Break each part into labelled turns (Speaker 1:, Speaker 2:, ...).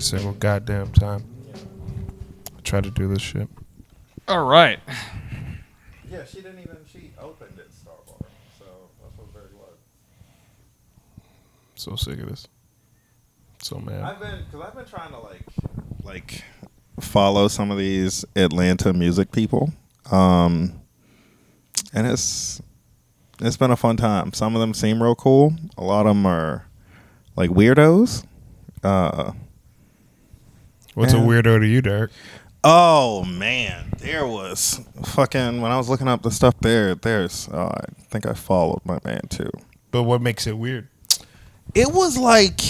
Speaker 1: single goddamn time. I try to do this shit.
Speaker 2: All right.
Speaker 3: Yeah, she didn't even. She opened at Starbucks, so that's what very was.
Speaker 1: So sick of this. So mad.
Speaker 3: I've been because I've been trying to like like follow some of these Atlanta music people, um, and it's it's been a fun time. Some of them seem real cool. A lot of them are like weirdos. Uh,
Speaker 1: What's a
Speaker 3: Yeah.
Speaker 1: weirdo to you, Derek?
Speaker 3: Oh man, there was fucking when I was looking up the stuff there. There's oh, I think I followed my man too.
Speaker 1: But what makes it weird?
Speaker 3: It was like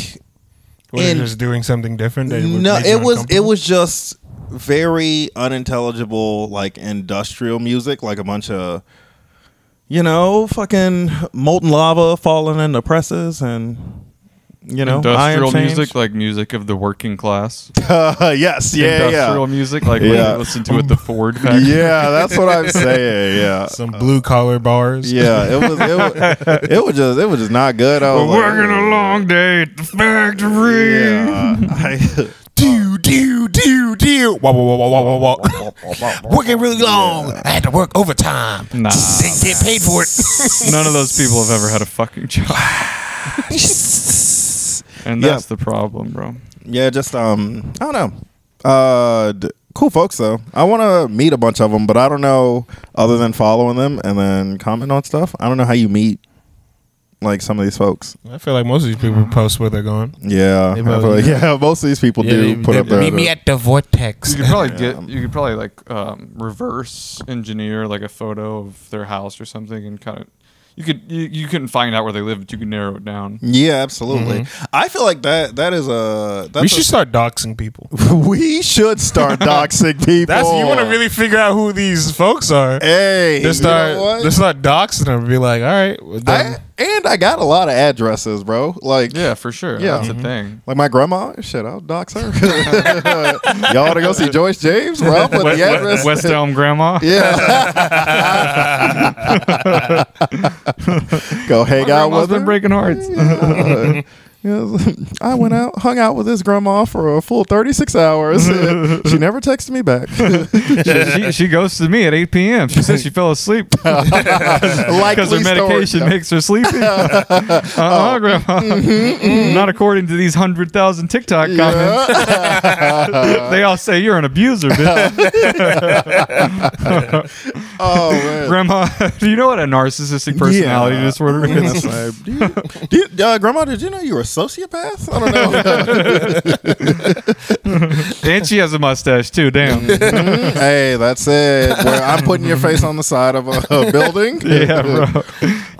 Speaker 1: What, you're
Speaker 3: And-
Speaker 1: just doing something different? That would
Speaker 3: no,
Speaker 1: make you
Speaker 3: it was it
Speaker 1: uncomfortable?
Speaker 3: was just very unintelligible, like industrial music, like a bunch of you know fucking molten lava falling in the presses and you know
Speaker 2: Industrial
Speaker 3: iron chains.
Speaker 2: music, like music of the working class.
Speaker 3: Uh, yes, yeah,
Speaker 2: Industrial
Speaker 3: yeah.
Speaker 2: music, like what
Speaker 3: Yeah.
Speaker 2: you listen to at the Ford factory.
Speaker 3: Yeah, that's what I'm saying. Yeah,
Speaker 1: some blue collar bars.
Speaker 3: Yeah, it was it was, it was just it was just not good. I was like, "Ugh."
Speaker 2: day at the factory.
Speaker 3: Yeah, I-
Speaker 1: Do do do do. Wah wah wah wah wah wah. wah. Working really long. I had to work overtime.
Speaker 2: Nah.
Speaker 1: Didn't get paid for it.
Speaker 2: None of those people have ever had a fucking job. and
Speaker 3: Yeah.
Speaker 2: that's the problem, bro.
Speaker 3: yeah, just um, I don't know. Uh, d- cool folks though. I want to meet a bunch of them, but I don't know other than following them and then comment on stuff. I don't know how you meet like some of these folks.
Speaker 1: I feel like most of these people post where they're going.
Speaker 3: Yeah,
Speaker 1: They
Speaker 3: I
Speaker 1: both-
Speaker 3: feel like- yeah. Most of these people do put up their.
Speaker 1: at the vortex.
Speaker 2: You could probably
Speaker 3: Yeah.
Speaker 2: get, you could probably like um, reverse engineer like a photo of their house or something, and kind of, you could, you, you couldn't find out where they live, but you could narrow it down.
Speaker 3: yeah, absolutely. I feel like that. That is a. That's
Speaker 1: Mm-hmm. We should start doxing people.
Speaker 3: A, we should start doxing people.
Speaker 1: That's you want to really figure out who these folks are.
Speaker 3: Oh. Hey, you know
Speaker 1: Just start,
Speaker 3: what?
Speaker 1: just start doxing them. and Be like, all right, well,
Speaker 3: I,
Speaker 1: then,
Speaker 3: and I got a lot of addresses, bro. Like,
Speaker 2: Yeah, for sure.
Speaker 3: Yeah.
Speaker 2: Yeah, that's a thing.
Speaker 3: like my grandma. Shit, I'll dox her. Y'all want to go see Joyce James, bro? I'll put the address.
Speaker 2: West Elm Grandma.
Speaker 3: Yeah. go hang out
Speaker 2: Grandma's
Speaker 3: with her.
Speaker 2: been breaking hearts.
Speaker 3: Yeah. Yes. I went out, hung out with this grandma for a full 36 hours. she never texted me back.
Speaker 2: she, she, she goes to me at 8 p.m. She says she fell asleep because
Speaker 3: Likely
Speaker 2: her
Speaker 3: story.
Speaker 2: medication makes her sleepy. uh
Speaker 3: Oh.
Speaker 2: uh Grandma.
Speaker 3: Mm-hmm,
Speaker 2: Not according to these 100,000 TikTok comments. they all say you're an abuser, bitch.
Speaker 3: Oh, man.
Speaker 2: Grandma, do you know what a narcissistic personality
Speaker 3: Yeah.
Speaker 2: disorder
Speaker 3: I'm gonna
Speaker 2: is?
Speaker 3: say, do you, do you- uh, grandma, did you know you were a sociopath? I don't know.
Speaker 2: and she has a mustache, too. Damn.
Speaker 3: hey, that's it. Where I'm putting your face on the side of a, a building.
Speaker 2: yeah, bro.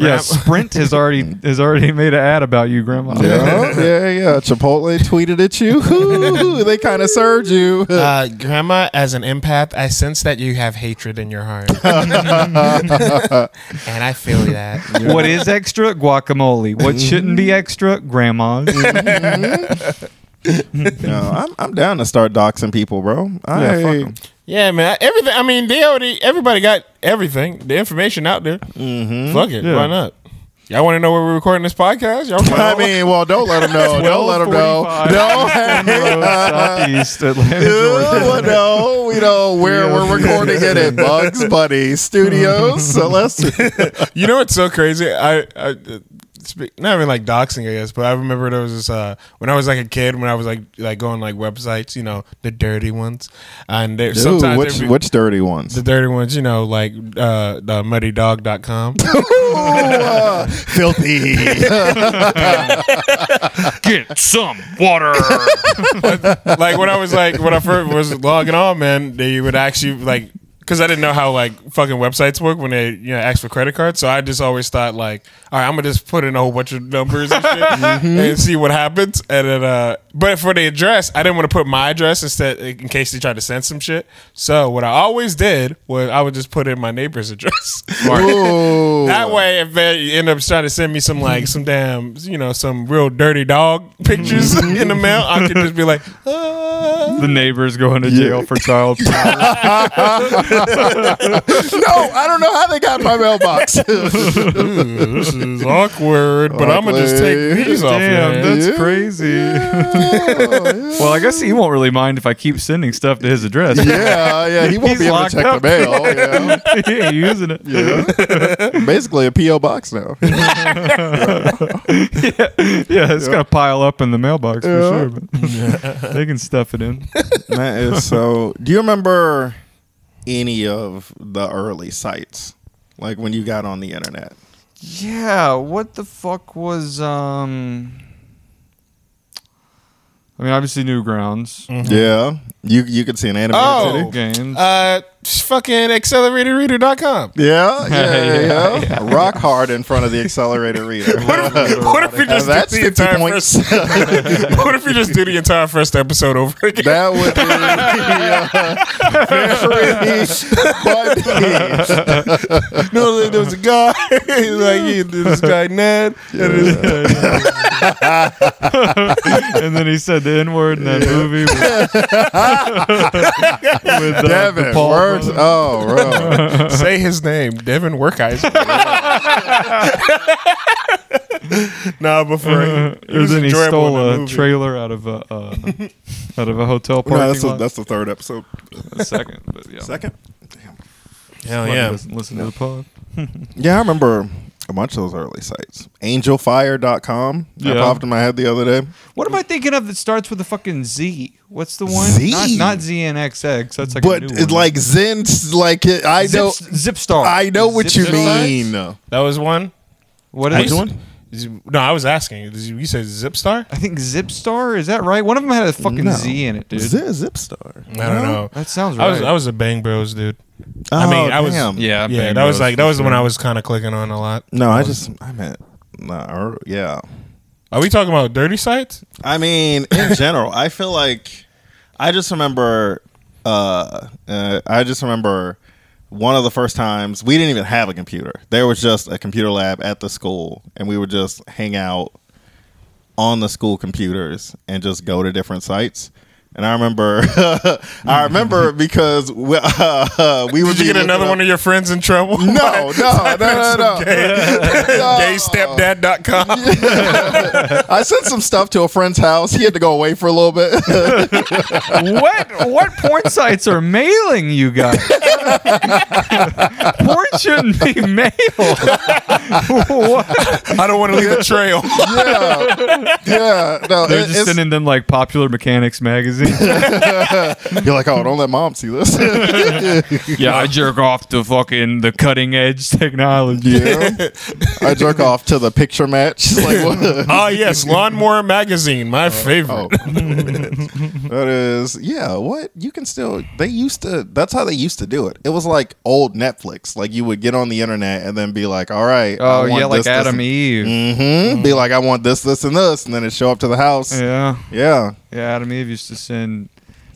Speaker 2: Yeah, Sprint has already has already made an ad about you, Grandma.
Speaker 3: Yeah, yeah, yeah. Chipotle tweeted at you. Ooh, they kind of served you.
Speaker 1: uh, Grandma, as an empath, I sense that you have hatred in your heart, and I feel that.
Speaker 2: What is extra? Guacamole.
Speaker 3: Mm-hmm.
Speaker 2: What shouldn't be extra? Grandma's.
Speaker 3: No, I'm, I'm down to start doxing people, bro. I,
Speaker 2: Yeah, fuck 'em.
Speaker 1: Yeah, man. I- Everything. I mean, they already. Everybody got everything. The information out there. Mm-hmm. Fuck it.
Speaker 2: Yeah.
Speaker 1: Why not? Y'all want to know where we're recording this podcast? Y'all.
Speaker 3: I mean, well, don't let them know. Don't let them know.
Speaker 2: 12:45
Speaker 3: No,
Speaker 2: Monroe, Southeast Atlanta, Georgia.
Speaker 3: Ooh, no, we know where
Speaker 2: Yeah.
Speaker 3: we're recording it at Bugs Bunny Studios. So let's.
Speaker 1: you know what's so crazy? I, I speak, not even like doxing, I guess, but I remember there was this uh, when I was like a kid, when I was like like going like websites, you know, the dirty ones, and there,
Speaker 3: Ooh,
Speaker 1: sometimes
Speaker 3: which
Speaker 1: there'd be-
Speaker 3: which dirty ones?
Speaker 1: the dirty ones, you know, like uh, the muddydog.com.
Speaker 3: Filthy.
Speaker 2: Get some water.
Speaker 1: like when I was like when I first was logging on, man, they would actually like because I didn't know how like fucking websites work when they you know ask for credit cards. So I just always thought like, all right, I'm gonna just put in a whole bunch of numbers and, shit and see what happens. And then, uh, but for the address, I didn't want to put my address instead in case they tried to send some shit. So what I always did was I would just put in my neighbor's address.
Speaker 3: Ooh.
Speaker 1: That way, if they end up trying to send me some like some damn, you know, some real dirty dog pictures in the mail, I could just be like, "Ah."
Speaker 2: the neighbors going to jail for child porn.
Speaker 3: No, I don't know how they got my mailbox.
Speaker 1: this is awkward, but I'm gonna just take
Speaker 3: Awkward.
Speaker 1: these off.
Speaker 2: Damn,
Speaker 1: man.
Speaker 2: that's crazy. well, I guess he won't really mind if I keep sending stuff to his address.
Speaker 3: yeah, yeah. He won't
Speaker 2: He's
Speaker 3: be able to
Speaker 2: locked
Speaker 3: check
Speaker 2: up.
Speaker 3: the mail. Yeah.
Speaker 2: he ain't using it.
Speaker 3: Yeah. Basically a PO box now.
Speaker 2: yeah, yeah, it's gonna pile up in the mailbox
Speaker 3: Yeah.
Speaker 2: for sure. But they can stuff it in.
Speaker 3: that is so. Do you remember any of the early sites, like when you got on the internet?
Speaker 2: Yeah, what the fuck was um? I mean, obviously Newgrounds
Speaker 3: Yeah, you you could see an animated
Speaker 1: Mm-hmm. Oh.
Speaker 3: titty.
Speaker 2: games.
Speaker 1: Uh, fucking acceleratedreader.com.
Speaker 3: Yeah, yeah,
Speaker 2: Yeah,
Speaker 3: yeah. Rock hard in front of the accelerator reader.
Speaker 1: What if we
Speaker 3: Now
Speaker 1: just
Speaker 3: that's
Speaker 1: do the
Speaker 3: 50
Speaker 1: entire
Speaker 3: points.
Speaker 1: first? what if we just do the entire first episode over again?
Speaker 3: that would be uh, very funny.
Speaker 1: no, there was a guy like he, this guy Ned. And this-
Speaker 2: and then he said the N word in that movie. With, with, uh,
Speaker 3: Devin,
Speaker 2: the Paul
Speaker 3: words.
Speaker 2: brother.
Speaker 3: Oh, bro.
Speaker 1: say his name, Devin Workheisen. nah, before
Speaker 2: Uh,
Speaker 1: he, Uh-huh. he was
Speaker 2: then
Speaker 1: enjoyable
Speaker 2: he
Speaker 1: in
Speaker 2: stole
Speaker 1: the
Speaker 2: a
Speaker 1: movie.
Speaker 2: trailer out of a uh, out of a hotel parking
Speaker 3: No, that's, the
Speaker 2: lot.
Speaker 3: that's the third episode.
Speaker 2: A second, but yeah.
Speaker 3: Second.
Speaker 1: Hell
Speaker 2: Fucking
Speaker 1: yeah.
Speaker 2: Listen, listen to the pod.
Speaker 3: Yeah, I remember a bunch of those early sites. Angelfire.com.
Speaker 2: Yeah.
Speaker 3: That popped in my head the other day.
Speaker 2: What am I thinking of that starts with a fucking Z? What's the one?
Speaker 3: Z?
Speaker 2: Not, not ZNXX. That's like
Speaker 3: But
Speaker 2: a new
Speaker 3: it's
Speaker 2: one.
Speaker 3: like Zen, like it, I
Speaker 2: Zip,
Speaker 3: know,
Speaker 2: Zipstar.
Speaker 3: I know what you
Speaker 2: Zipstar?
Speaker 3: mean.
Speaker 1: That was one.
Speaker 2: What is it?
Speaker 1: one? No, I was asking. You said Zipstar?
Speaker 2: I think Zipstar. Is that right? One of them had a fucking
Speaker 3: No.
Speaker 2: Z in it, dude.
Speaker 3: Is it a zip star?
Speaker 1: I don't know.
Speaker 2: That sounds right.
Speaker 1: I was I was a Bang Bros dude.
Speaker 3: Oh,
Speaker 1: I mean, I was-
Speaker 3: damn.
Speaker 2: yeah,
Speaker 1: yeah,
Speaker 2: Bang
Speaker 1: that was
Speaker 2: Bros
Speaker 1: like that
Speaker 2: for
Speaker 1: was the one
Speaker 2: sure.
Speaker 1: I was kind of clicking on a lot.
Speaker 3: No, I just I meant nah, or- yeah.
Speaker 1: Are we talking about dirty sites?
Speaker 3: I mean, in general, I feel like I just remember. Uh, uh, I just remember one of the first times we didn't even have a computer. There was just a computer lab at the school, and we would just hang out on the school computers and just go to different sites. And I remember, I remember because we, uh, we would
Speaker 1: Did you
Speaker 3: be
Speaker 1: get another
Speaker 3: looking up-
Speaker 1: one of your friends in trouble?
Speaker 3: No, no, no, no, no.
Speaker 1: Gaystepdad.com.
Speaker 3: I sent some stuff to a friend's house. He had to go away for a little bit.
Speaker 2: what what porn sites are mailing you guys? porn shouldn't be mailed. what?
Speaker 1: I don't want to leave a trail.
Speaker 3: yeah, yeah. No,
Speaker 2: They're
Speaker 3: it-
Speaker 2: just
Speaker 3: it's-
Speaker 2: sending them like Popular Mechanics magazine.
Speaker 3: you're like, oh, don't let mom see this.
Speaker 2: yeah, I jerk off to fucking the cutting edge technology.
Speaker 3: yeah, I jerk off to the picture match. Like, what?
Speaker 1: Ah, yes, Lawnmower Magazine, my
Speaker 3: Oh,
Speaker 1: favorite.
Speaker 3: that is yeah. What you can still they used to. That's how they used to do it. It was like old Netflix. Like you would get on the internet and then be like, all right,
Speaker 2: Oh yeah, like Adam Eve.
Speaker 3: Mm-hmm. Be like, I want this, this, and this, and then it show up to the house.
Speaker 2: Yeah,
Speaker 3: yeah.
Speaker 2: yeah. Adam Eve used to send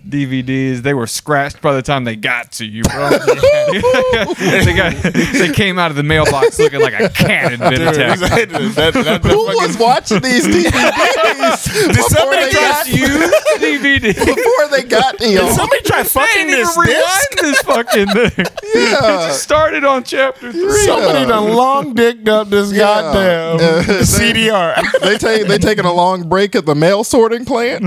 Speaker 2: DVDs. They were scratched by the time they got to you, bro. they got they came out of the mailbox looking like a cat had been
Speaker 1: Dude,
Speaker 2: attacked.
Speaker 1: that- that- that fucking-
Speaker 3: Who was watching these DVDs
Speaker 1: Did
Speaker 3: before
Speaker 1: somebody
Speaker 3: they,
Speaker 1: try
Speaker 3: got,
Speaker 1: you?
Speaker 2: DVD.
Speaker 3: before they got to
Speaker 1: Did
Speaker 3: you?
Speaker 1: somebody try fucking this disc?
Speaker 2: this fucking thing.
Speaker 3: Yeah.
Speaker 2: Started on chapter three.
Speaker 1: Somebody done long dicked up this goddamn
Speaker 3: Uh, they-
Speaker 1: CDR.
Speaker 3: They take they taking a long break at the mail sorting plant.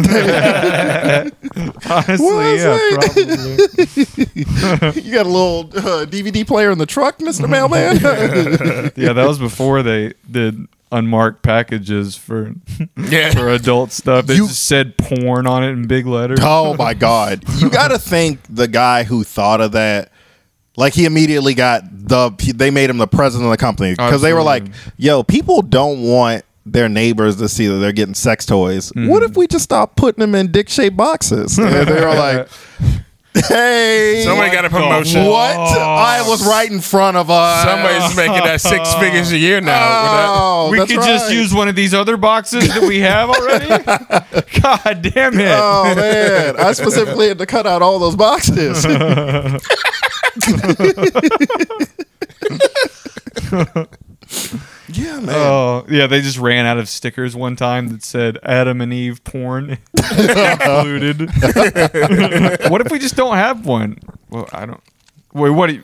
Speaker 2: Honestly,
Speaker 3: Was
Speaker 2: yeah,
Speaker 3: it?
Speaker 2: probably.
Speaker 3: you got a little uh, DVD player in the truck, Mister Mailman.
Speaker 2: Yeah, that was before they did unmarked packages for for
Speaker 1: Yeah.
Speaker 2: adult stuff. They
Speaker 3: You-
Speaker 2: just said porn on it in big letters.
Speaker 3: oh my God! You got to thank the guy who thought of that. Like he immediately got the he- they made him the president of the company because they were like, "Yo, people don't want." Their neighbors to see that they're getting sex toys. What if we just stop putting them in dick shaped boxes? And they were like, "Hey,
Speaker 1: Somebody got a promotion.
Speaker 3: What? I was right in front of us.
Speaker 1: Somebody's making that six figures a year now.
Speaker 3: Oh,
Speaker 2: we
Speaker 3: that's
Speaker 2: could just
Speaker 3: right.
Speaker 2: use one of these other boxes that we have already. God damn it!
Speaker 3: Oh man, I specifically had to cut out all those boxes.
Speaker 4: Yeah, man.
Speaker 2: Oh yeah, they just ran out of stickers one time that said Adam and Eve porn included. what if we just don't have one? Well, I don't. Wait, what? Do you,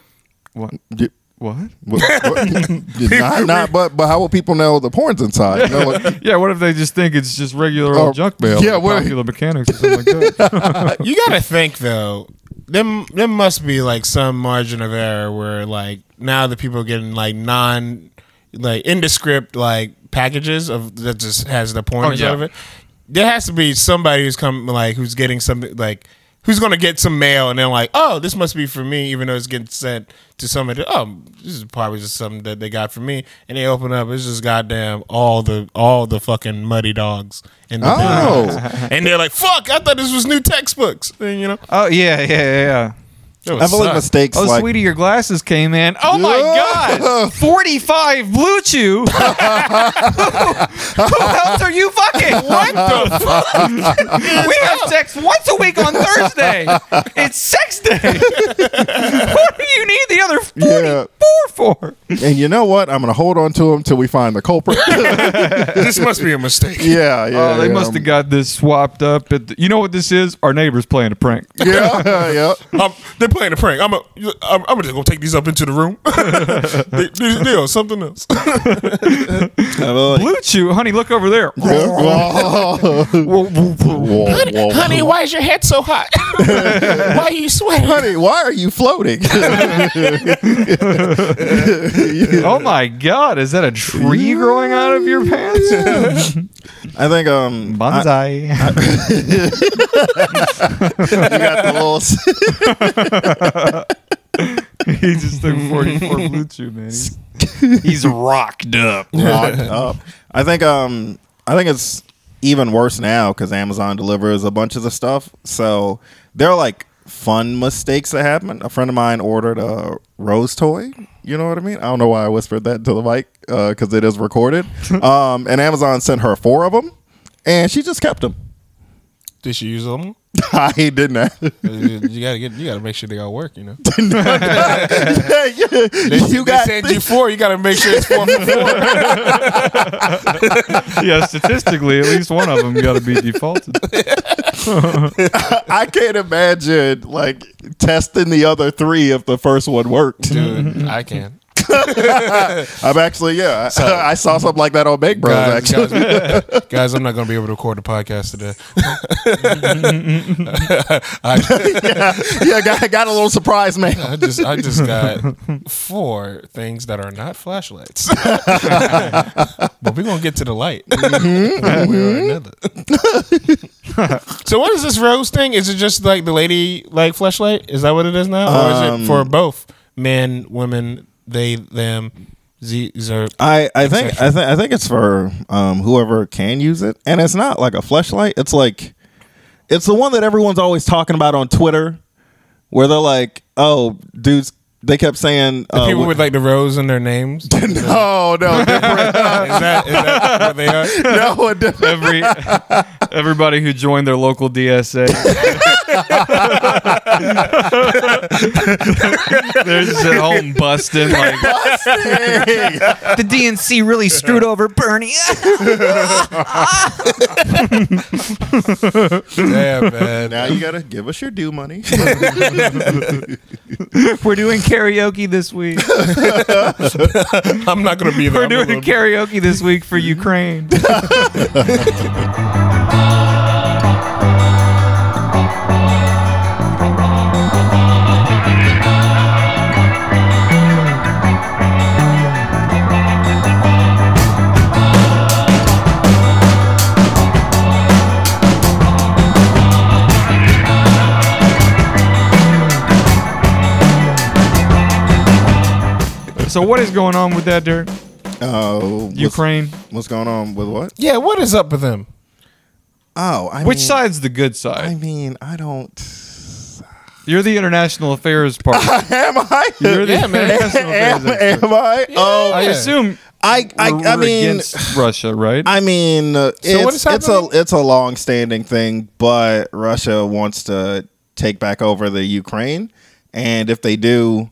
Speaker 2: what?
Speaker 3: You-
Speaker 2: What?
Speaker 3: what- what- not, not, but but how will people know the porn's inside? You know, like,
Speaker 2: Yeah, what if they just think it's just regular old
Speaker 3: Oh,
Speaker 2: junk mail?
Speaker 3: yeah,
Speaker 2: like
Speaker 3: what-
Speaker 2: popular mechanics or something like that.
Speaker 1: Uh, You gotta think though. Them there must be like some margin of error where like now the people are getting like non like indescript like packages of that just has the porn
Speaker 2: Oh,
Speaker 1: out of
Speaker 2: yeah.
Speaker 1: it. There has to be somebody who's come like who's getting something like who's gonna get some mail and then like, oh, this must be for me, even though it's getting sent to somebody oh this is probably just something that they got for me and they open up, it's just goddamn all the all the fucking muddy dogs in the
Speaker 3: Oh.
Speaker 1: bin and they're like, "Fuck! I thought this was new textbooks." And, you know,
Speaker 2: Oh yeah, yeah, yeah. yeah.
Speaker 1: That would
Speaker 3: I believe
Speaker 1: suck.
Speaker 3: mistakes
Speaker 2: Oh,
Speaker 3: like
Speaker 2: sweetie, your glasses came in. Oh my
Speaker 3: Yeah.
Speaker 2: god, forty-five Blue Chew. who, who else are you fucking? What the fuck? we have sex once a week on Thursday. It's sex day. what do you need the other
Speaker 3: Yeah.
Speaker 2: forty-four for?
Speaker 3: And you know what? I'm gonna hold on to them till we find the culprit. yeah,
Speaker 1: this must be a mistake.
Speaker 3: yeah.
Speaker 2: Oh, they
Speaker 3: yeah,
Speaker 2: must
Speaker 3: um,
Speaker 2: have got this swapped up. At the, you know what this is? Our neighbor's playing a prank.
Speaker 3: Yeah, yeah.
Speaker 1: Um, they're playing a prank. I'm a, I'm, I'm just gonna take these up into the room. they, they, they are something else.
Speaker 4: I feel like-
Speaker 2: Blue Chew, honey, look over there.
Speaker 3: Whoa, whoa, whoa.
Speaker 1: why is your head so hot? why are you sweating?
Speaker 3: honey, why are you floating?
Speaker 2: Oh my god, is that a tree growing out of your pants?
Speaker 4: I think um I-
Speaker 2: Bonsai.
Speaker 3: you got the little s-
Speaker 2: he just took 44 blue chew, man. He's, rocked up.
Speaker 3: rocked up.
Speaker 4: up. I think um I think it's even worse now because Amazon delivers a bunch of the stuff. So there are like fun mistakes that happen. A friend of mine ordered a rose toy. You know what I mean? I don't know why I whispered that to the mic because it is recorded. um, and Amazon sent her four of them, and she just kept them.
Speaker 1: Did she use them?
Speaker 3: I didn't. I?
Speaker 1: You gotta get. You gotta make sure they all work. You know.
Speaker 3: Yeah, yeah.
Speaker 1: They,
Speaker 3: you got
Speaker 1: they said you four. You gotta make sure it's four for four.
Speaker 2: Yeah, statistically, at least one of them got to be defaulted.
Speaker 3: I can't imagine like testing the other three if the first one worked.
Speaker 1: Dude, I can.
Speaker 3: I'm actually, yeah, I, I saw something like that on Big Bros.
Speaker 1: Guys,
Speaker 3: Actually,
Speaker 1: guys, guys, I'm not gonna be able to record the podcast today. I,
Speaker 3: yeah, got, got a little surprise, man.
Speaker 1: I just I just got four things that are not flashlights. but we're gonna get to the light. One way or another. so what is this rose thing? Is it just like the lady like flashlight? Is that what it is now? Or is it for both men, women, they, them, z zer
Speaker 4: I, I think I think I think it's for um, whoever can use it, and it's not like a fleshlight. It's like it's the one that everyone's always talking about on Twitter, where they're like, "Oh, dudes," they kept saying, uh,
Speaker 1: people with like the rose in their names? is,
Speaker 3: No, Oh, no, different.
Speaker 1: that, is that what they are?
Speaker 3: no, a different.
Speaker 2: Every everybody who joined their local DSA. They're just at home busting. Like the DNC really screwed over Bernie.
Speaker 1: Yeah, man.
Speaker 3: Now you gotta give us your due money.
Speaker 2: We're doing karaoke this week.
Speaker 1: I'm not gonna be there.
Speaker 2: We're
Speaker 1: I'm gonna-
Speaker 2: doing karaoke this week for Ukraine. So what is going on with that, Dirk?
Speaker 3: Oh, what's,
Speaker 2: Ukraine.
Speaker 3: what's going on with what?
Speaker 1: Yeah, what is up with them?
Speaker 3: Oh, I
Speaker 2: Which
Speaker 3: mean,
Speaker 2: side's the good
Speaker 3: I
Speaker 2: side?
Speaker 3: mean, I don't.
Speaker 2: You're the international affairs part.
Speaker 3: Am I?
Speaker 2: You're the
Speaker 1: Yeah, man.
Speaker 2: international affairs
Speaker 3: am,
Speaker 2: expert.
Speaker 3: am I? Oh,
Speaker 2: I
Speaker 1: Yeah.
Speaker 2: assume
Speaker 3: I, I,
Speaker 2: we're
Speaker 3: I mean,
Speaker 2: against Russia, right?
Speaker 3: I mean, uh,
Speaker 1: what
Speaker 3: it's
Speaker 1: is
Speaker 3: it's a
Speaker 1: happening?
Speaker 3: it's a long standing thing, but Russia wants to take back over the Ukraine, and if they do,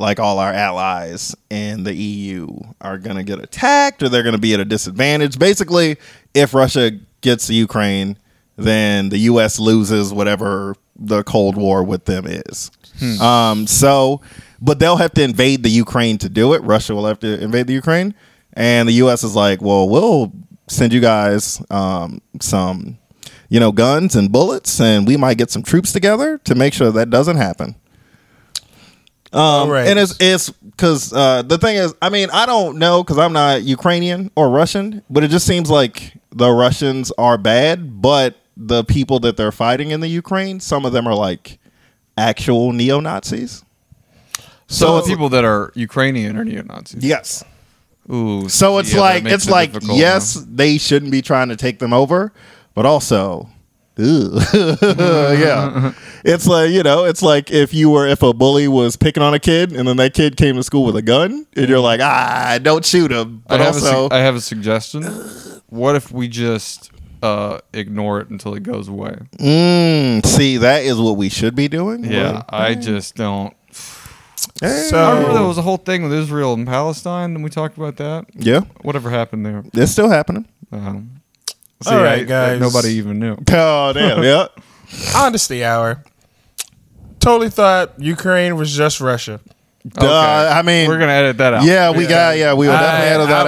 Speaker 3: like all our allies in the EU are going to get attacked or they're going to be at a disadvantage. Basically, if Russia gets Ukraine, then the U.S. loses whatever the Cold War with them is.
Speaker 1: Hmm.
Speaker 3: Um, so, but they'll have to invade the Ukraine to do it. Russia will have to invade the Ukraine, and the U.S. is like, well, we'll send you guys um, some, you know, guns and bullets, and we might get some troops together to make sure that doesn't happen. Um,
Speaker 1: right.
Speaker 3: And it's it's because uh, the thing is, I mean, I don't know because I'm not Ukrainian or Russian, but it just seems like the Russians are bad, but the people that they're fighting in the Ukraine, some of them are like actual neo Nazis.
Speaker 2: So the people that are Ukrainian are neo-Nazis.
Speaker 3: Yes.
Speaker 2: Ooh.
Speaker 3: So it's
Speaker 2: yeah, that
Speaker 3: like
Speaker 2: makes
Speaker 3: it's
Speaker 2: it
Speaker 3: like
Speaker 2: difficult,
Speaker 3: yes, they shouldn't be trying to take them over, but also, ew. yeah, it's like you know, it's like if you were if a bully was picking on a kid and then that kid came to school with a gun and you're like ah, don't shoot him,
Speaker 2: huh? I
Speaker 3: but
Speaker 2: have, a su-
Speaker 3: also
Speaker 2: I have a suggestion. What if we just uh, ignore it until it goes away?
Speaker 3: Mm, see that is what we should be doing.
Speaker 2: Yeah, I
Speaker 3: Mm-hmm.
Speaker 2: just don't. I
Speaker 3: Oh.
Speaker 2: remember there
Speaker 1: So
Speaker 2: was a whole thing with Israel and Palestine, and we talked about that.
Speaker 3: yeah,
Speaker 2: Whatever happened there.
Speaker 3: it's still happening.
Speaker 2: Um,
Speaker 1: All right, guys.
Speaker 2: Nobody even knew.
Speaker 3: Oh damn, yeah.
Speaker 1: honesty hour. Totally thought Ukraine was just Russia.
Speaker 3: Duh, I mean,
Speaker 2: We're gonna edit that out.
Speaker 3: yeah, we got yeah, we will definitely
Speaker 1: I-
Speaker 3: edit that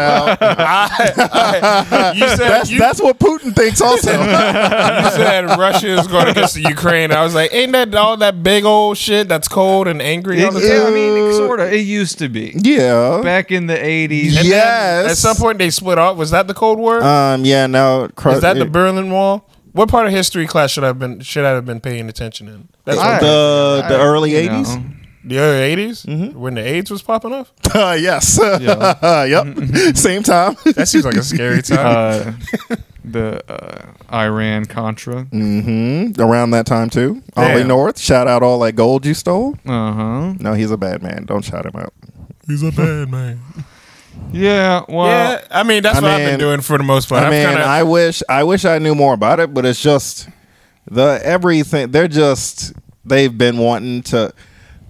Speaker 1: I,
Speaker 3: out.
Speaker 1: I, you said
Speaker 3: Uh, That's
Speaker 1: you,
Speaker 3: that's what Putin thinks also.
Speaker 1: you said Russia is going against the Ukraine. I was like, ain't that all that big old shit that's cold and angry? all the
Speaker 2: Yeah, I
Speaker 1: time?
Speaker 2: mean, it sort of. It used to be
Speaker 3: yeah.
Speaker 2: back in the '80s.
Speaker 1: And then
Speaker 3: yes.
Speaker 1: um, At some point, they split off. Was that the Cold War?
Speaker 3: Um. Yeah. Now. Cru-
Speaker 1: Is that the Berlin Wall? What part of history class should I have been should I have been paying attention in? That's
Speaker 2: I-
Speaker 1: what,
Speaker 3: the the early
Speaker 2: You know.
Speaker 3: eighties?
Speaker 1: the early 80s when the AIDS was popping off.
Speaker 3: Uh, yes. yep. Same time.
Speaker 1: That seems like a scary time.
Speaker 2: Uh, the uh, Iran Contra.
Speaker 3: mm-hmm. Around that time too. Ollie
Speaker 1: Yeah.
Speaker 3: North. Shout out all that gold you stole.
Speaker 2: Uh huh.
Speaker 3: No, he's a bad man. Don't shout him out.
Speaker 1: He's a bad man.
Speaker 2: Yeah. Well.
Speaker 1: yeah, I mean that's
Speaker 3: I
Speaker 1: what I've
Speaker 3: mean-
Speaker 1: been doing for the most part.
Speaker 3: I
Speaker 1: I'm
Speaker 3: mean,
Speaker 1: kinda,
Speaker 3: I wish I wish I knew more about it, but it's just the everything. They're just they've been wanting to.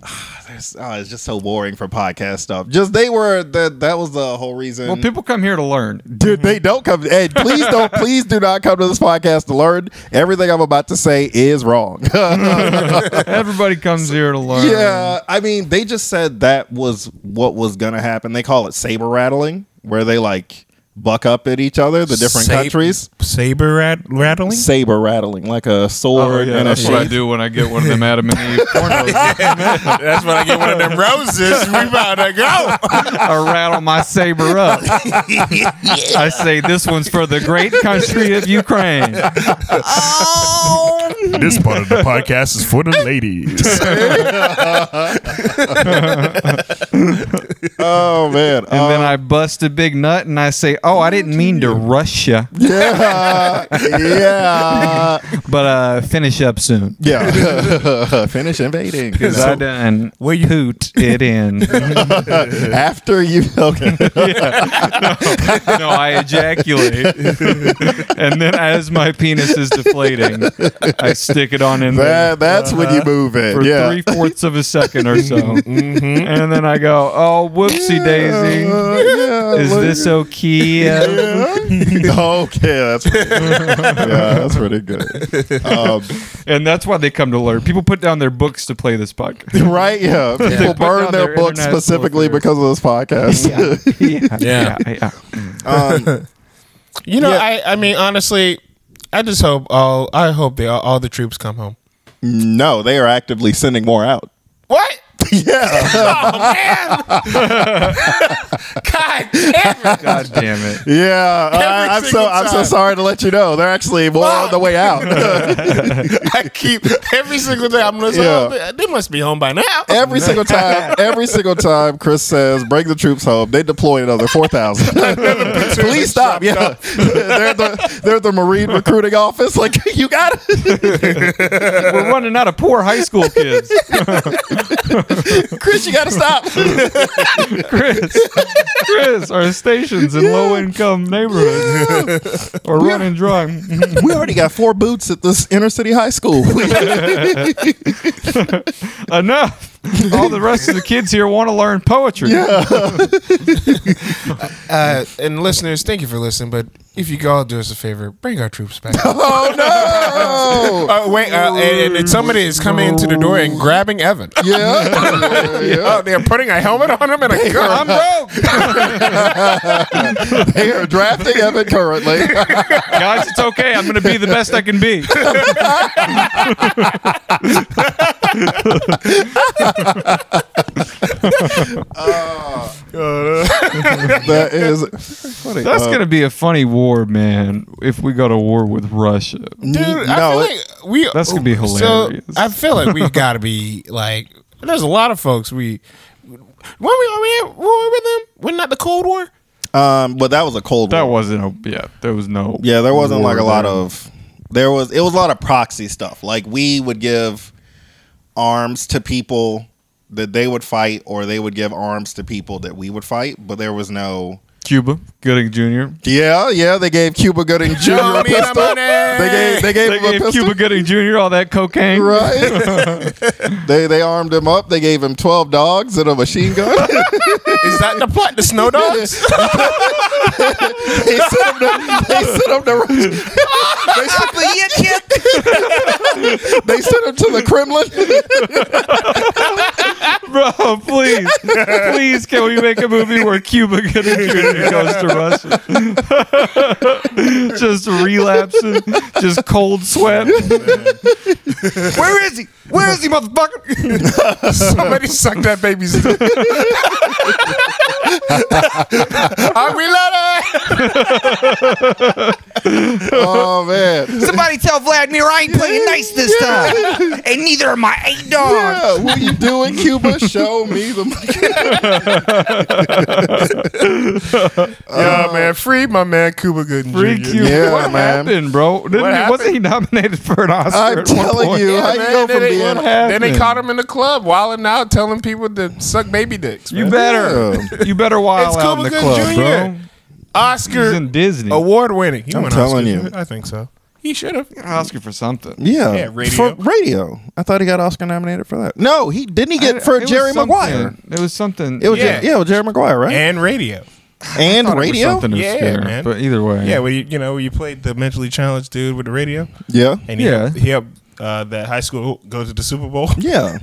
Speaker 3: there's- Oh, it's just so boring for podcast stuff. Just they were that that was the whole reason.
Speaker 2: Well, people come here to learn.
Speaker 3: Dude, they don't come. Hey, please don't. please do not come to this podcast to learn. Everything I'm about to say is wrong.
Speaker 2: Everybody comes here to learn.
Speaker 3: yeah, I mean, they just said that was what was gonna happen. They call it saber rattling, where they like buck up at each other, the different
Speaker 1: Sab-
Speaker 3: countries.
Speaker 1: saber rat- rattling.
Speaker 3: Saber rattling, like a sword and a
Speaker 2: Oh, that's what I
Speaker 3: sheath.
Speaker 2: do when I get one of them Adam and Eve pornos.
Speaker 1: That's when I get one of them roses. We about to go.
Speaker 2: I rattle my saber up. I say this one's for the great country of Ukraine.
Speaker 1: This part of the podcast is for the ladies.
Speaker 3: Oh man!
Speaker 2: And then
Speaker 3: Uh,
Speaker 2: I bust a big nut and I say, "Oh, I didn't mean to rush ya,
Speaker 3: yeah, Uh, yeah,
Speaker 2: but uh, finish up soon."
Speaker 3: yeah. Finish invading
Speaker 2: Because I done
Speaker 1: Where you
Speaker 2: poot it in. no,
Speaker 3: after you. Okay.
Speaker 2: I ejaculate, and then as my penis is deflating, I stick it on in there
Speaker 3: That, that's when
Speaker 2: Uh-huh.
Speaker 3: you move it.
Speaker 2: for
Speaker 3: yeah.
Speaker 2: three fourths of a second or so, and then I go, "Oh, whoopsie daisy."
Speaker 3: Uh, yeah,
Speaker 2: Is
Speaker 3: look-
Speaker 2: this okay?
Speaker 3: okay, that's pretty yeah, that's pretty good. Um,
Speaker 2: And that's why they come to learn. People put down their books to play this podcast.
Speaker 3: right? Yeah, people
Speaker 2: Put
Speaker 3: burn
Speaker 2: down
Speaker 3: their,
Speaker 2: their
Speaker 3: books
Speaker 2: internet
Speaker 3: specifically
Speaker 2: sources.
Speaker 3: because of this podcast.
Speaker 1: Yeah.
Speaker 2: yeah. yeah.
Speaker 3: um,
Speaker 1: You know,
Speaker 3: Yeah.
Speaker 1: I, I mean, honestly, I just hope all I hope they all, all the troops come home.
Speaker 3: no, they are actively sending more out.
Speaker 1: What?
Speaker 3: Yeah,
Speaker 1: Oh man! God damn it!
Speaker 2: God damn it.
Speaker 3: yeah. I, I'm so
Speaker 1: single
Speaker 3: I'm so
Speaker 1: time.
Speaker 3: sorry to let you know they're actually more on the way out.
Speaker 1: I keep every single day. I'm listening.
Speaker 3: Yeah. Eh,
Speaker 1: Yeah. They must be home by now.
Speaker 3: every single time, every single time, Chris says, "Bring the troops home." They deploy another four thousand. Please stop. Yeah, they're the they're the Marine recruiting office. Like you got it.
Speaker 2: We're running out of poor high school kids.
Speaker 3: Chris, you gotta stop.
Speaker 2: Chris, Chris, our stations in low income neighborhoods are running dry.
Speaker 3: we already got four boots at this inner city high school.
Speaker 2: Enough. All the rest of the kids here want to learn poetry.
Speaker 1: Uh, and listeners, thank you for listening. But if you could all do us a favor, bring our troops back. uh,
Speaker 3: Oh,
Speaker 1: wait, uh, and, and somebody is coming into the door and grabbing Evan.
Speaker 3: yeah.
Speaker 1: Oh, they're putting a helmet on him and a gun.
Speaker 2: I'm broke.
Speaker 3: They are drafting Evan currently.
Speaker 2: Guys, it's okay. I'm going to be the best I can be.
Speaker 3: that is funny.
Speaker 2: That's
Speaker 3: Uh,
Speaker 2: going to be a funny war, man, if we go to war with Russia.
Speaker 1: Dude, I
Speaker 3: No,
Speaker 1: feel
Speaker 3: it-
Speaker 1: like we.
Speaker 2: That's gonna be hilarious.
Speaker 1: So I feel like we got to be like. There's a lot of folks we. When we are we at war with them? Wasn't that the Cold War?
Speaker 4: Um, but that was a cold.
Speaker 2: That
Speaker 4: war.
Speaker 2: wasn't a yeah. There was no
Speaker 4: Yeah, there wasn't like a
Speaker 2: war
Speaker 4: lot
Speaker 2: there.
Speaker 4: of there was it was a lot of proxy stuff. Like we would give arms to people that they would fight or they would give arms to people that we would fight, but there was no
Speaker 2: Cuba Gooding Jr.
Speaker 3: yeah, yeah. They gave Cuba Gooding Jr. a
Speaker 1: Johnny
Speaker 3: pistol.
Speaker 1: Money.
Speaker 3: They gave they gave
Speaker 2: They
Speaker 3: him a
Speaker 2: gave
Speaker 3: pistol.
Speaker 2: Cuba Gooding Jr. all that cocaine.
Speaker 3: Right. they they armed him up. They gave him twelve dogs and a machine gun.
Speaker 1: Is that the plot? The Snow Dogs?
Speaker 3: they sent him to they sent him to Russia. they, sent, they sent him to the Kremlin.
Speaker 2: Bro, please, please, can we make a movie where Cuba Gooding Jr. goes to Russia? just relapsing, just cold sweat. Where is he? Where is he, motherfucker?
Speaker 1: Somebody suck that baby's. I'm reloading.
Speaker 3: oh man.
Speaker 5: Somebody tell Vladimir I ain't playing nice this time. And neither are my eight dogs.
Speaker 3: Yeah, what you doing, Cuba? Show me the money.
Speaker 1: Yeah, Oh, man, free my man Cuba Gooden.
Speaker 2: Oh, Free
Speaker 1: Jr.
Speaker 2: Cuba.
Speaker 3: Yeah,
Speaker 2: what
Speaker 3: man.
Speaker 2: happened, bro? Didn't
Speaker 1: What
Speaker 2: he, Wasn't he nominated for an Oscar?
Speaker 3: I'm
Speaker 2: at one
Speaker 3: telling
Speaker 2: point?
Speaker 3: you,
Speaker 1: Yeah,
Speaker 3: how you
Speaker 1: man,
Speaker 3: go from
Speaker 1: then, they,
Speaker 3: being
Speaker 1: then they
Speaker 2: happened?
Speaker 1: caught him in the club, wilding out, telling people to suck baby dicks.
Speaker 2: You
Speaker 1: man.
Speaker 2: better, you better while
Speaker 1: It's
Speaker 2: out in
Speaker 1: Cuba
Speaker 2: the
Speaker 1: Gooding
Speaker 2: club,
Speaker 1: Jr..
Speaker 2: bro. He's
Speaker 1: Oscar
Speaker 2: in Disney.
Speaker 1: award winning.
Speaker 4: I'm telling you.
Speaker 1: I think so. He should have.
Speaker 2: Oscar for something.
Speaker 4: Yeah,
Speaker 1: Yeah, radio.
Speaker 4: For radio. I thought he got Oscar nominated for that. No, he didn't he get for
Speaker 2: It was
Speaker 4: Jerry
Speaker 2: something-
Speaker 4: Maguire.
Speaker 2: It was something.
Speaker 4: It was
Speaker 1: Yeah.
Speaker 4: yeah, yeah it was Jerry Maguire, right?
Speaker 1: And radio.
Speaker 4: And,
Speaker 2: it was
Speaker 4: radio.
Speaker 2: something to
Speaker 1: Yeah,
Speaker 2: scare,
Speaker 1: man.
Speaker 2: But either way,
Speaker 1: Yeah, well, you, you know, you played the mentally challenged dude with the radio,
Speaker 3: Yeah.
Speaker 1: and he
Speaker 2: Yeah.
Speaker 1: helped, he helped uh, that high school go to the Super Bowl.
Speaker 4: Yeah.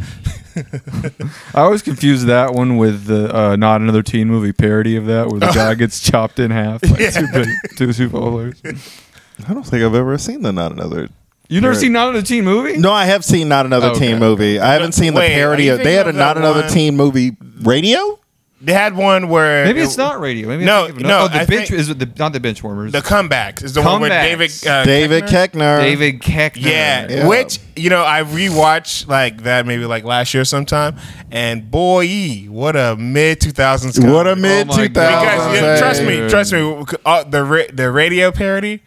Speaker 2: I always confuse that one with the uh, not another teen movie parody of that, where the guy gets chopped in half by two, big- two Super Bowlers.
Speaker 4: I don't think I've ever seen the Not Another.
Speaker 2: You never seen not another teen movie?
Speaker 4: No, I have seen Not Another
Speaker 2: Okay.
Speaker 4: Teen Movie. I haven't seen
Speaker 1: Wait,
Speaker 4: the
Speaker 1: are
Speaker 4: parody
Speaker 1: you
Speaker 4: of they had a
Speaker 1: thinking of
Speaker 4: Not
Speaker 1: that
Speaker 4: Another
Speaker 1: one-
Speaker 4: Teen Movie radio?
Speaker 1: They had one where
Speaker 2: Maybe
Speaker 1: it-
Speaker 2: it's not radio. Maybe
Speaker 1: No,
Speaker 2: I think of
Speaker 1: no,
Speaker 2: another- Oh,
Speaker 1: I
Speaker 2: the bench
Speaker 1: think-
Speaker 2: is it the not the bench warmers.
Speaker 1: the comebacks. Is the one with
Speaker 2: Comebacks.
Speaker 1: David uh,
Speaker 4: David
Speaker 1: Koechner?
Speaker 4: Keckner.
Speaker 2: David Keckner.
Speaker 1: Yeah,
Speaker 3: Yeah.
Speaker 1: which you know I rewatched like that maybe like last year sometime, and boy, what a mid two thousands.
Speaker 3: What a mid
Speaker 2: my God.
Speaker 3: two
Speaker 1: Because
Speaker 2: Oh,
Speaker 1: yeah,
Speaker 2: man.
Speaker 1: trust me,
Speaker 2: Dude.
Speaker 1: trust me. Uh, the ra- the radio parody,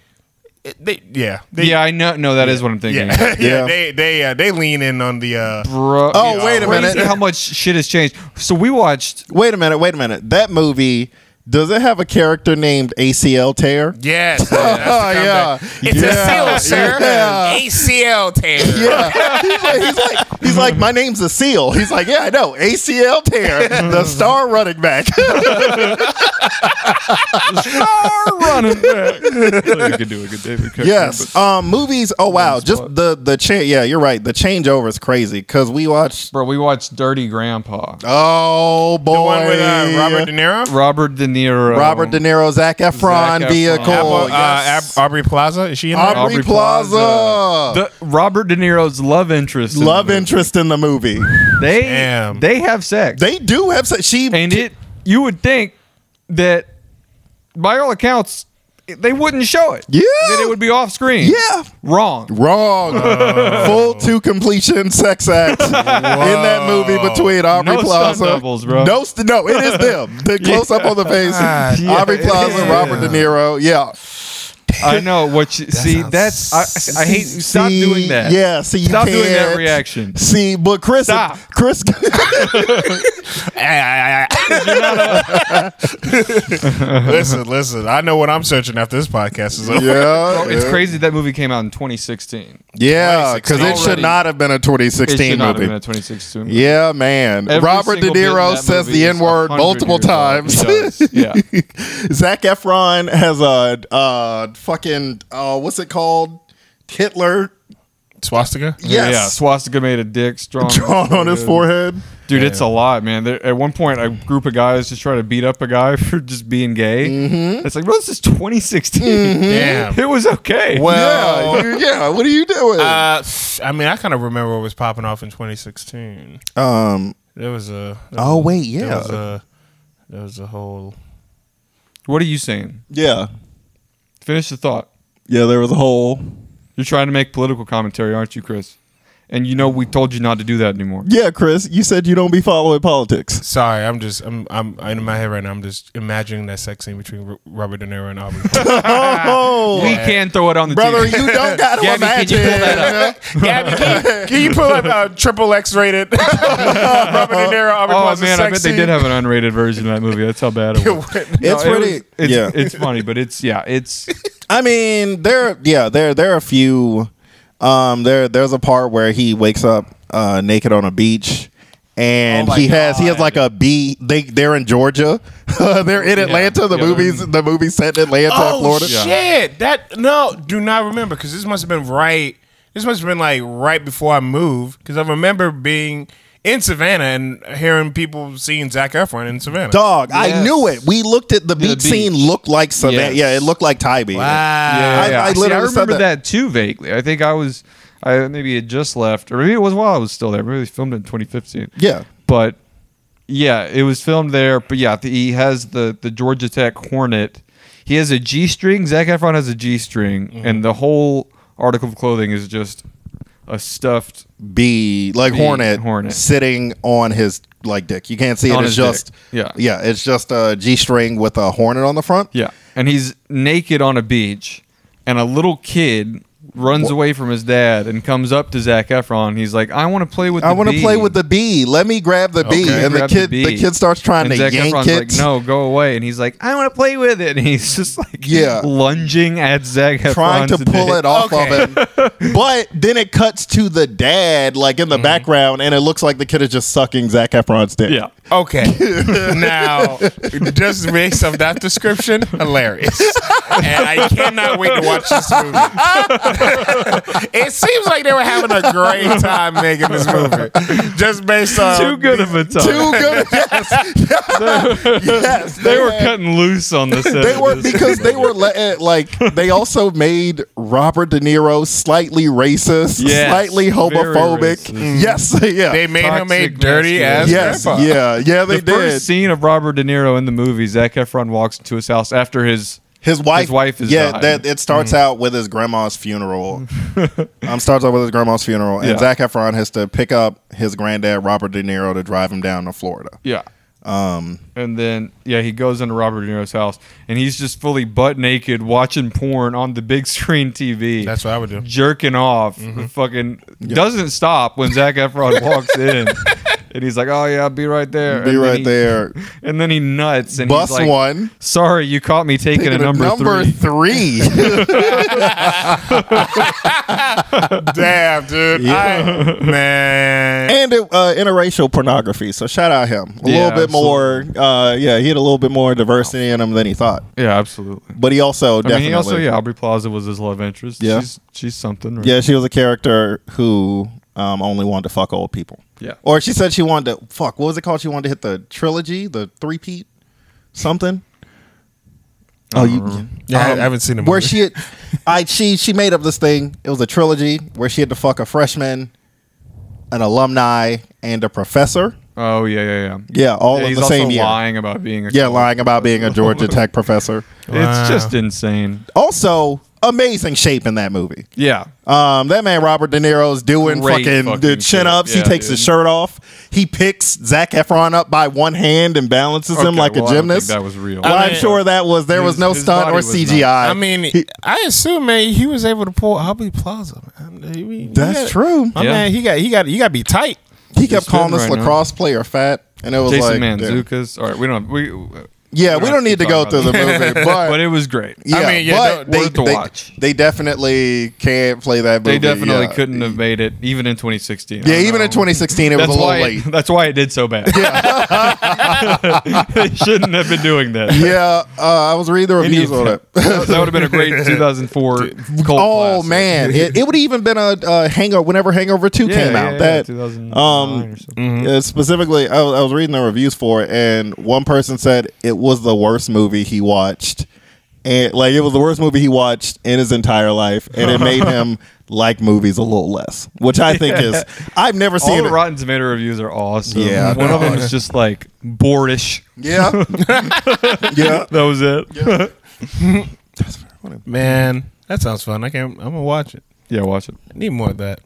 Speaker 1: it- they, yeah, they,
Speaker 2: Yeah, I know. No, that is what I'm thinking.
Speaker 1: yeah,
Speaker 3: Mm.
Speaker 1: yeah.
Speaker 4: Yeah.
Speaker 1: They they uh, they lean in on the. Uh,
Speaker 2: Bro,
Speaker 4: Oh,
Speaker 2: it's
Speaker 4: wait a
Speaker 2: crazy
Speaker 4: minute.
Speaker 2: How much shit has changed? So we watched.
Speaker 4: Wait a minute, wait a minute. That movie does it have a character named ACL Tear?
Speaker 1: yes, oh
Speaker 3: yeah.
Speaker 1: it's
Speaker 3: Yeah.
Speaker 1: a seal, sir.
Speaker 3: Yeah.
Speaker 1: ACL tear.
Speaker 3: Yeah.
Speaker 4: He's like, he's like, he's like, my name's a seal. He's like, yeah, I know, ACL Tear, the star running back.
Speaker 2: Star running back. you could do a good David Keckner.
Speaker 4: yes,
Speaker 2: but-
Speaker 4: um, movies. Oh wow, just
Speaker 2: spot.
Speaker 4: the the change. Yeah, you're right. The changeover is crazy because we watched.
Speaker 2: bro, we watched Dirty Grandpa.
Speaker 4: Oh boy,
Speaker 1: The one with uh, Robert De Niro,
Speaker 2: Robert De Niro.
Speaker 4: Robert De Niro, Zach Efron,
Speaker 2: Zac Efron.
Speaker 4: vehicle.
Speaker 2: Apple,
Speaker 3: Oh,
Speaker 1: uh,
Speaker 4: yes.
Speaker 1: Ab- uh, Aubrey Plaza. Is she in there?
Speaker 4: Aubrey
Speaker 2: Aubrey
Speaker 4: Plaza.
Speaker 2: Plaza. The, Robert De Niro's love interest. in
Speaker 4: Love
Speaker 2: the-
Speaker 4: interest in the movie.
Speaker 2: They
Speaker 1: Damn.
Speaker 2: they have sex.
Speaker 4: They do have se- she
Speaker 2: and it you would think that by all accounts they wouldn't show it.
Speaker 4: Yeah.
Speaker 2: That it would be off screen.
Speaker 4: Yeah.
Speaker 2: Wrong.
Speaker 4: Wrong. Full to completion sex act in that movie between Aubrey
Speaker 2: No stunt
Speaker 4: Plaza.
Speaker 2: doubles, bro.
Speaker 4: No, st- no, it is them. The close up on the face.
Speaker 2: Yeah.
Speaker 4: Aubrey Plaza,
Speaker 2: Yeah.
Speaker 4: Robert De Niro. Yeah.
Speaker 2: I know what you see. That's I, I hate. Stop
Speaker 4: See-
Speaker 2: doing that.
Speaker 4: Yeah. See, you
Speaker 2: Stop
Speaker 4: can't.
Speaker 2: doing that reaction.
Speaker 4: See, but Chris,
Speaker 2: Stop.
Speaker 4: Chris,
Speaker 1: Ah, ah, ah, ah. listen, listen. I know what I'm searching after this podcast is over.
Speaker 6: Yeah,
Speaker 2: It's
Speaker 6: yeah.
Speaker 2: crazy that movie came out in 2016.
Speaker 6: Yeah, because it should
Speaker 2: Already.
Speaker 6: not have been a
Speaker 2: It
Speaker 6: 2016
Speaker 2: should not
Speaker 6: movie.
Speaker 2: have been a 2016 movie.
Speaker 6: Yeah, man.
Speaker 2: Every
Speaker 6: Robert De
Speaker 2: single bit in
Speaker 6: Niro
Speaker 2: that
Speaker 6: says
Speaker 2: movie
Speaker 6: the
Speaker 2: is
Speaker 6: N word
Speaker 2: 100
Speaker 6: multiple
Speaker 2: years old.
Speaker 6: times.
Speaker 2: He does. Yeah.
Speaker 3: Zach Efron has a uh, fucking uh, what's it called? Hitler
Speaker 1: Swastika.
Speaker 3: Yes.
Speaker 2: Yeah, swastika made a dick strong.
Speaker 3: drawn on his forehead.
Speaker 2: Dude, it's a lot, man. There, at one point, a group of guys just tried to beat up a guy for just being gay.
Speaker 3: Mm-hmm.
Speaker 2: It's like, bro, this is 2016.
Speaker 1: Damn.
Speaker 2: It was okay.
Speaker 1: Well,
Speaker 6: Yeah, you- yeah. What are you doing?
Speaker 1: uh, I mean, I kind of remember what was popping off in 2016.
Speaker 3: Um.
Speaker 1: There was a. there
Speaker 3: Oh
Speaker 1: was-
Speaker 3: wait,
Speaker 1: There was
Speaker 3: yeah,
Speaker 1: a. There was a whole.
Speaker 2: What are you saying?
Speaker 3: yeah,
Speaker 2: Finish the thought.
Speaker 3: yeah. There was a whole.
Speaker 2: You're trying to make political commentary, aren't you, Chris? And you know we told you not to do that anymore.
Speaker 3: Yeah, Chris, you said you don't be following politics.
Speaker 1: Sorry, I'm just I'm I'm in my head right now. I'm just imagining that sex scene between R- Robert De Niro and Aubrey.
Speaker 3: Oh,
Speaker 2: We can throw it on the
Speaker 3: brother,
Speaker 2: TV.
Speaker 3: you don't got to
Speaker 2: Gabby, can you
Speaker 3: imagine.
Speaker 2: pull that
Speaker 1: Gabby, can, can you pull up uh, triple X rated Robert De Niro? Aubrey
Speaker 2: Oh
Speaker 1: Plaza
Speaker 2: man, I
Speaker 1: sex
Speaker 2: bet they
Speaker 1: scene?
Speaker 2: did have an unrated version of that movie. That's how bad it was.
Speaker 3: It's
Speaker 2: No, it
Speaker 3: pretty.
Speaker 2: was- it's,
Speaker 3: yeah,
Speaker 2: it's funny, but it's yeah, it's
Speaker 3: I mean, there, yeah, there, there are a few. Um, there, there's a part where he wakes up uh, naked on a beach, and
Speaker 2: Oh my
Speaker 3: he has he has
Speaker 2: God.
Speaker 3: like a bee. They they're in Georgia, they're in Atlanta. The
Speaker 2: Yeah.
Speaker 3: movies, the movie set in Atlanta,
Speaker 1: Oh
Speaker 3: Florida.
Speaker 1: shit! That no, do not remember because this must have been right. This must have been like right before I moved because I remember being in Savannah and hearing people seeing Zach Efron in Savannah.
Speaker 3: Dog, I
Speaker 2: Yes.
Speaker 3: knew it. We looked at the beach, scene. Looked like Savannah.
Speaker 2: Yes.
Speaker 3: Yeah, it looked like Tybee.
Speaker 1: Wow.
Speaker 3: Uh, I- I
Speaker 2: See,
Speaker 3: literally said
Speaker 2: remember
Speaker 3: that.
Speaker 2: that. too vaguely. I think I was I maybe had just left, or maybe it was while I was still there. Maybe they filmed it in 2015.
Speaker 3: Yeah.
Speaker 2: but yeah, it was filmed there. But yeah, the, he has the the Georgia Tech Hornet. He has a G string. Zach Efron has a G string, and the whole article of clothing is just a stuffed.
Speaker 3: bee like
Speaker 2: Bee,
Speaker 3: hornet,
Speaker 2: hornet.
Speaker 3: sitting on his like dick. You can't see it.
Speaker 2: On
Speaker 3: it's
Speaker 2: his
Speaker 3: just
Speaker 2: dick. Yeah.
Speaker 3: yeah. It's just a g string with a hornet on the front.
Speaker 2: Yeah, and he's naked on a beach, and a little kid runs away from his dad and comes up to Zach Efron. He's like, "I want to play with.
Speaker 3: I
Speaker 2: want to
Speaker 3: play with the bee. Let me grab the bee.
Speaker 2: Okay.
Speaker 3: And the
Speaker 2: Grab the
Speaker 3: kid, the,
Speaker 2: bee.
Speaker 3: kid starts trying
Speaker 2: And
Speaker 3: to
Speaker 2: Zac
Speaker 3: yank
Speaker 2: Efron's
Speaker 3: it.
Speaker 2: like, no, go away. And he's like, I want to play with it. And he's just like,
Speaker 3: Yeah.
Speaker 2: lunging at Zach Efron.
Speaker 3: Trying to pull it off
Speaker 1: Okay.
Speaker 3: of him, but then it cuts to the dad, like in the
Speaker 2: Mm-hmm.
Speaker 3: background, and it looks like the kid is just sucking Zach Efron's dick.
Speaker 2: Yeah.
Speaker 1: Okay. now, just based off that description, hilarious. And I cannot wait to watch this movie. it seems like they were having a great time making this movie. Just based on
Speaker 2: Too good of a time.
Speaker 3: too good. yes, yes.
Speaker 2: they were
Speaker 3: had-
Speaker 2: cutting loose on the set.
Speaker 3: They
Speaker 2: of
Speaker 3: were
Speaker 2: this.
Speaker 3: because they were letting like they also made Robert De Niro slightly racist,
Speaker 2: Yes,
Speaker 3: slightly
Speaker 2: very
Speaker 3: homophobic.
Speaker 2: racist. Mm-hmm.
Speaker 3: Yes, yeah,
Speaker 1: they made him a
Speaker 2: Toxic
Speaker 1: dirty ass
Speaker 2: masculinity.
Speaker 3: yes,
Speaker 1: grandpa.
Speaker 3: yeah, yeah. They
Speaker 2: the
Speaker 3: did.
Speaker 2: first scene of Robert De Niro in the movie, Zach Efron walks into his house after his.
Speaker 3: his wife,
Speaker 2: his wife is
Speaker 3: yeah.
Speaker 2: dying. Mm-hmm.
Speaker 3: That it starts out with his grandma's funeral. um, starts out with his grandma's funeral, and
Speaker 2: Yeah.
Speaker 3: Zac Efron has to pick up his granddad Robert De Niro to drive him down to Florida.
Speaker 2: Yeah. Um, and then yeah, he goes into Robert De Niro's house, and he's just fully butt naked watching porn on the big screen TV.
Speaker 1: That's what I would do.
Speaker 2: jerking off.
Speaker 3: Mm-hmm.
Speaker 2: Fucking doesn't stop when Zach Efron walks in. And he's like, "Oh yeah, I'll be right there."
Speaker 3: Be
Speaker 2: and then
Speaker 3: right
Speaker 2: he-
Speaker 3: there.
Speaker 2: And then he nuts and
Speaker 3: Bus
Speaker 2: he's like,
Speaker 3: one.
Speaker 2: Sorry, you caught me taking, a number, three.
Speaker 3: three.
Speaker 1: Damn, dude. I, man.
Speaker 3: and it, uh, interracial pornography. So shout out him a
Speaker 2: Yeah,
Speaker 3: little bit more. Uh, yeah, he had a little bit more diversity in him than he thought.
Speaker 2: yeah, absolutely.
Speaker 3: But he also
Speaker 2: I mean,
Speaker 3: definitely
Speaker 2: he also yeah, Aubrey Plaza was his love interest.
Speaker 3: Yeah.
Speaker 2: she's, she's something. Right?
Speaker 3: yeah, she was a character who um, only wanted to fuck old people.
Speaker 2: Yeah.
Speaker 3: or she said she wanted to fuck. What was it called? She wanted to hit the trilogy, the three peat, something. Oh, you.
Speaker 1: Yeah, I- I haven't seen the
Speaker 3: Where
Speaker 1: movie.
Speaker 3: she, had, I she she made up this thing. It was a trilogy where she had to fuck a freshman, an alumni, and a professor.
Speaker 2: Oh yeah, yeah, yeah.
Speaker 3: Yeah, all
Speaker 2: Yeah,
Speaker 3: in
Speaker 2: he's
Speaker 3: the
Speaker 2: also
Speaker 3: same year.
Speaker 2: lying about being a
Speaker 3: Yeah, lying about being a Georgia Tech professor.
Speaker 2: It's just insane.
Speaker 3: Also, amazing shape in that movie.
Speaker 2: Yeah,
Speaker 3: Um, that man Robert De Niro's doing
Speaker 2: Great
Speaker 3: fucking,
Speaker 2: fucking
Speaker 3: the chin
Speaker 2: shape.
Speaker 3: ups.
Speaker 2: Yeah,
Speaker 3: he takes his
Speaker 2: dude.
Speaker 3: shirt off. He picks Zach Efron up by one hand and balances him
Speaker 2: Okay,
Speaker 3: like
Speaker 2: well,
Speaker 3: a
Speaker 2: I don't think
Speaker 3: gymnast.
Speaker 2: that was real.
Speaker 3: Well,
Speaker 1: I
Speaker 3: I'm
Speaker 1: mean-
Speaker 3: sure that was there was
Speaker 2: His-
Speaker 3: no
Speaker 2: his
Speaker 3: stunt
Speaker 2: body
Speaker 3: or
Speaker 2: was
Speaker 3: CGI.
Speaker 1: I mean, I assume, man, he was able to pull Aubrey Plaza. Man. I mean, he
Speaker 3: That's
Speaker 1: got-
Speaker 3: true.
Speaker 1: My
Speaker 2: Yeah.
Speaker 1: man, he got he got you got to be tight.
Speaker 3: He kept
Speaker 2: Just
Speaker 3: calling
Speaker 2: good
Speaker 3: this
Speaker 2: right now.
Speaker 3: lacrosse player fat, and it was
Speaker 2: Jason
Speaker 3: like, dude.
Speaker 2: Manzukas. All right, we don't. We,
Speaker 3: yeah,
Speaker 2: we
Speaker 3: we
Speaker 2: don't
Speaker 3: don't need to
Speaker 2: keep
Speaker 3: go through
Speaker 2: talking
Speaker 3: the
Speaker 2: about
Speaker 3: movie, but,
Speaker 2: but it was great.
Speaker 3: yeah,
Speaker 1: I mean, yeah,
Speaker 3: but
Speaker 1: no,
Speaker 3: they,
Speaker 2: worth the
Speaker 3: they-
Speaker 2: watch.
Speaker 3: They definitely can't play that movie.
Speaker 2: They definitely
Speaker 3: yeah.
Speaker 2: couldn't have made it even in 2016. I
Speaker 3: Yeah,
Speaker 2: don't
Speaker 3: even
Speaker 2: know.
Speaker 3: in 2016, it was a
Speaker 2: That's
Speaker 3: little
Speaker 2: why.
Speaker 3: late.
Speaker 2: That's why it did so bad. they shouldn't have been doing that.
Speaker 3: yeah, uh, I was reading the reviews on it.
Speaker 2: that would have been a great 2004. Cult
Speaker 3: Oh
Speaker 2: classic.
Speaker 3: man, it, it would even been a, a Hangover whenever Hangover Two
Speaker 2: Yeah,
Speaker 3: came
Speaker 2: yeah,
Speaker 3: out.
Speaker 2: yeah,
Speaker 3: that
Speaker 2: 2009
Speaker 3: um,
Speaker 2: or Mm-hmm. something.
Speaker 3: yeah, specifically, I, was- I was reading the reviews for it, and one person said it was the worst movie he watched, and like it was the worst movie he watched in his entire life, and it made him like movies a little less, which I think is I've never
Speaker 2: all
Speaker 3: seen
Speaker 2: the
Speaker 3: it.
Speaker 2: Rotten Tomato reviews are awesome.
Speaker 3: Yeah, I
Speaker 2: one of
Speaker 3: know.
Speaker 2: them is just like boorish.
Speaker 3: Yeah, yeah.
Speaker 2: That was it. Yeah,
Speaker 1: Man, that sounds fun. I can't. I'm gonna watch it.
Speaker 2: watch it.
Speaker 1: I need more of that.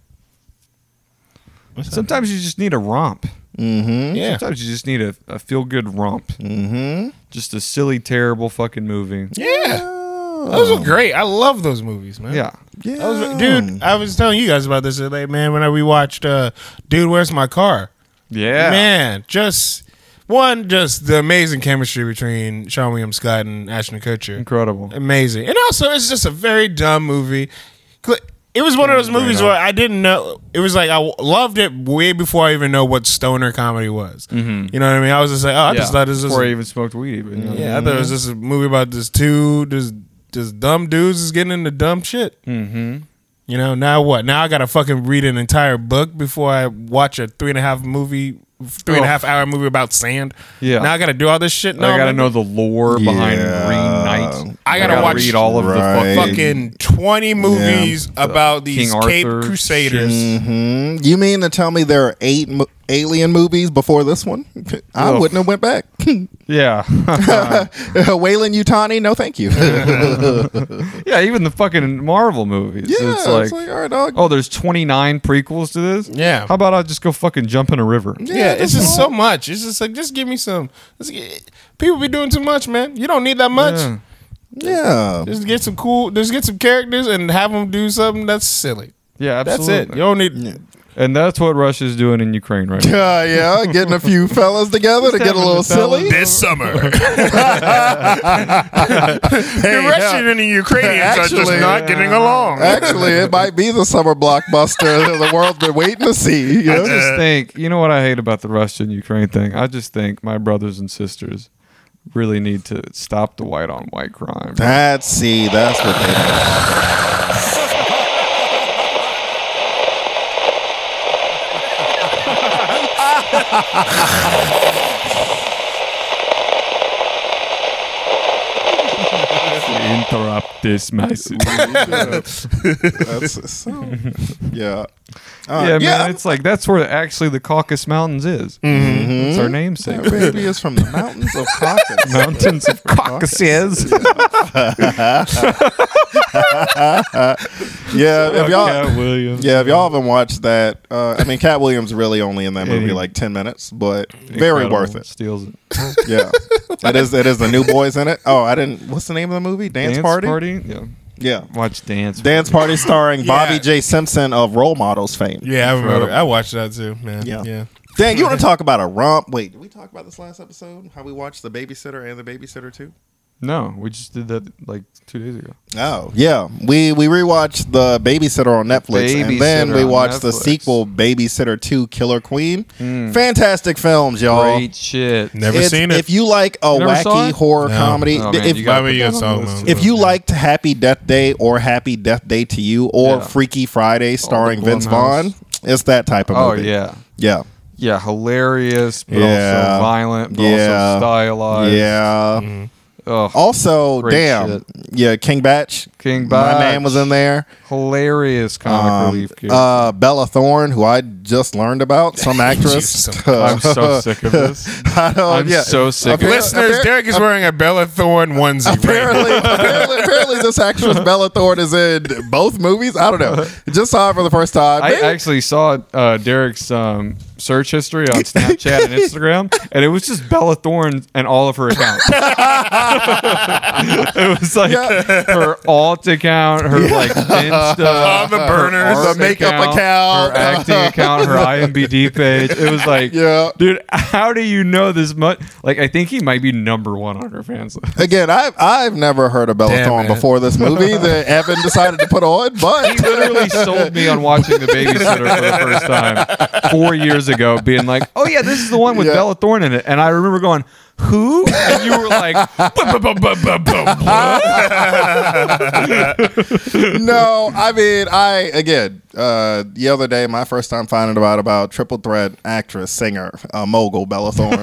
Speaker 1: What's that?
Speaker 2: Sometimes you just need a romp.
Speaker 1: yeah.
Speaker 2: Sometimes you just need a, a feel good romp. Mm-hmm. Just a silly, terrible fucking movie.
Speaker 1: Yeah. Oh. Those are great. I love those movies, man.
Speaker 2: Yeah.
Speaker 1: I was- dude, I was telling you guys about this like, man, when I rewatched uh Dude, Where's My Car?
Speaker 2: Yeah.
Speaker 1: Man, just one, just the amazing chemistry between Sean William Scott and Ashton Kutcher.
Speaker 2: Incredible.
Speaker 1: Amazing. And also it's just a very dumb movie. Cl- It was one of those movies where I didn't know it was like I w- loved it way before I even know what stoner comedy was. You know what I mean? I was just like, oh, I just thought this was
Speaker 2: Mm-hmm. Before I even Mm-hmm. smoked weed, even. you know?
Speaker 1: yeah, I thought it was just a movie about this two, this this dumb dudes is getting into dumb shit. Mm-hmm. You know, now what? Now I gotta fucking read an entire book before I watch a three and a half movie, three and a
Speaker 2: Oh.
Speaker 1: half hour movie about sand.
Speaker 2: Yeah.
Speaker 1: Now I gotta do all this shit. No,
Speaker 2: I gotta
Speaker 1: man.
Speaker 2: know the lore behind
Speaker 3: Yeah.
Speaker 2: Green Knight.
Speaker 1: I gotta watch-
Speaker 2: read all of
Speaker 3: Right.
Speaker 2: the fuck-
Speaker 1: fucking twenty movies about these
Speaker 2: King
Speaker 1: Cape
Speaker 2: Arthur
Speaker 1: Crusaders.
Speaker 3: Mhm. You mean to tell me there are eight mo- alien movies before this one? I
Speaker 2: Oof.
Speaker 3: wouldn't have went back.
Speaker 2: Yeah,
Speaker 3: Waylon Utani, no, thank you. yeah,
Speaker 2: yeah. Even the fucking Marvel movies. it's like,
Speaker 3: all right, dog.
Speaker 2: oh, there's 29 prequels to this.
Speaker 1: Yeah.
Speaker 2: How about I just go fucking jump in a river?
Speaker 1: Yeah, it's
Speaker 3: that's
Speaker 1: just
Speaker 3: all.
Speaker 1: so much. It's just like just give me some. Let's get- people be doing too much, man. You don't need that much.
Speaker 2: Yeah.
Speaker 3: yeah.
Speaker 1: Just get some cool. Just get some characters and have them do something that's silly.
Speaker 2: Yeah,
Speaker 1: That's
Speaker 2: absolutely.
Speaker 1: it. You don't need.
Speaker 2: And that's what Russia's doing in Ukraine right now.
Speaker 3: Uh, yeah, getting a few fellas together to get a
Speaker 2: having
Speaker 3: little
Speaker 2: the fellas.
Speaker 3: silly.
Speaker 1: This summer, the
Speaker 3: Hey,
Speaker 1: Russian
Speaker 3: yeah.
Speaker 1: and the Ukrainians are
Speaker 3: Actually,
Speaker 1: just not getting along.
Speaker 3: Actually, it might be the summer blockbuster that the world's been waiting to see. you know?
Speaker 2: I just think you know what I hate about the Russia and Ukraine thing. I just think my brothers and sisters really need to stop the white on white crime.
Speaker 3: That's see, that's what they do.
Speaker 2: Interrupt this message.
Speaker 3: That's so. Yeah.
Speaker 2: yeah,
Speaker 3: Uh,
Speaker 2: man, it's like that's where actually the Caucasus Mountains is.
Speaker 3: Mm-hmm.
Speaker 2: It's our namesake.
Speaker 3: That baby is from the mountains of Caucasus.
Speaker 2: Mountains of Caucasus.
Speaker 3: Yeah, if
Speaker 2: Cat
Speaker 3: y'all,
Speaker 2: Williams.
Speaker 3: yeah, if y'all haven't watched that, uh, I mean, Cat Williams really only in that
Speaker 2: Yeah,
Speaker 3: movie
Speaker 2: he-
Speaker 3: like ten minutes, but very
Speaker 2: Incredible.
Speaker 3: worth it.
Speaker 2: Steals it.
Speaker 3: Yeah, it is. It is the new boys in it. Oh, I didn't. What's the name of the movie? Dance, Party.
Speaker 2: Yeah.
Speaker 3: Yeah,
Speaker 2: Watch dance.
Speaker 3: Dance Party starring
Speaker 1: Yeah.
Speaker 3: Bobby J. Simpson of Role Models fame.
Speaker 1: yeah, I remember. I watched that too, man.
Speaker 3: Yeah.
Speaker 1: Yeah, yeah.
Speaker 3: Dang, you want to talk about a romp? Wait, did we talk about this last episode? How we watched The Babysitter and The Babysitter Two?
Speaker 2: no, we just did that like two days ago.
Speaker 3: Oh yeah, we we rewatched The Babysitter on Netflix, and then
Speaker 2: Babysitter
Speaker 3: we
Speaker 2: on
Speaker 3: watched the
Speaker 2: Netflix. Hmm.
Speaker 3: sequel Babysitter Two: Killer Queen. Fantastic films, y'all.
Speaker 2: Great shit.
Speaker 1: Never
Speaker 3: It's-
Speaker 1: seen it.
Speaker 3: If you like a
Speaker 2: never saw
Speaker 3: wacky
Speaker 2: it?
Speaker 3: horror
Speaker 1: No.
Speaker 3: comedy,
Speaker 2: Oh,
Speaker 3: d-
Speaker 2: man,
Speaker 3: if
Speaker 2: you
Speaker 1: Why
Speaker 2: gotta
Speaker 1: were
Speaker 2: put
Speaker 1: you
Speaker 2: that
Speaker 1: in
Speaker 2: on
Speaker 1: Song
Speaker 2: the list.
Speaker 1: Mode?
Speaker 3: if you liked Happy Death Day or Happy Death Day to You or
Speaker 2: Yeah.
Speaker 3: Freaky Friday starring Vince
Speaker 2: Blumhouse.
Speaker 3: Vaughn, it's that type of
Speaker 2: oh
Speaker 3: movie.
Speaker 2: yeah,
Speaker 3: yeah,
Speaker 2: yeah, hilarious, but
Speaker 3: Yeah.
Speaker 2: also violent, but
Speaker 3: Yeah.
Speaker 2: also stylized.
Speaker 3: yeah.
Speaker 2: Ugh,
Speaker 3: Also,
Speaker 2: Mm-hmm. Great
Speaker 3: damn,
Speaker 2: shit.
Speaker 3: yeah, King Batch.
Speaker 2: King
Speaker 3: My
Speaker 2: Batch.
Speaker 3: man was in there.
Speaker 2: hilarious comic
Speaker 3: Um,
Speaker 2: relief. Kid.
Speaker 3: uh, Bella Thorne, who I just learned about, some actress.
Speaker 1: Jesus.
Speaker 2: I'm so sick of this.
Speaker 3: I don't-
Speaker 2: I'm
Speaker 3: yeah.
Speaker 2: so sick. of
Speaker 3: Apparently-
Speaker 2: this.
Speaker 1: Listeners,
Speaker 3: appar-
Speaker 1: Derek is wearing a Bella Thorne onesie. right
Speaker 3: apparently, apparently, apparently, this actress Bella Thorne is in both movies. I don't know. Just saw her for the first time.
Speaker 2: I
Speaker 3: Maybe-
Speaker 2: actually saw uh, Derek's um, search history on Snapchat and Instagram, and it was just Bella Thorne and all of her accounts. it was like
Speaker 3: Yeah.
Speaker 2: her all alt account, her like Insta,
Speaker 1: On the burners.
Speaker 2: art
Speaker 3: The makeup account.
Speaker 2: her acting account, her IMDb page. It was like,
Speaker 3: Yeah.
Speaker 2: dude, how do you know this much? Like, I think he might be number one on her fans list.
Speaker 3: Again, I've I've never heard of Bellathorne
Speaker 1: Damn, man.
Speaker 3: before this movie that Evan decided to put on,
Speaker 2: He
Speaker 3: but
Speaker 2: literally sold me on watching The Babysitter for the first time four years ago, being like, "Oh yeah, this is the one with
Speaker 3: Yeah.
Speaker 2: Bella Thorne in it," and I remember going. Who? And you were like,
Speaker 3: no, I mean, I again uh, the other day, my first time finding out about triple threat actress, singer, uh, mogul Bella Thorne,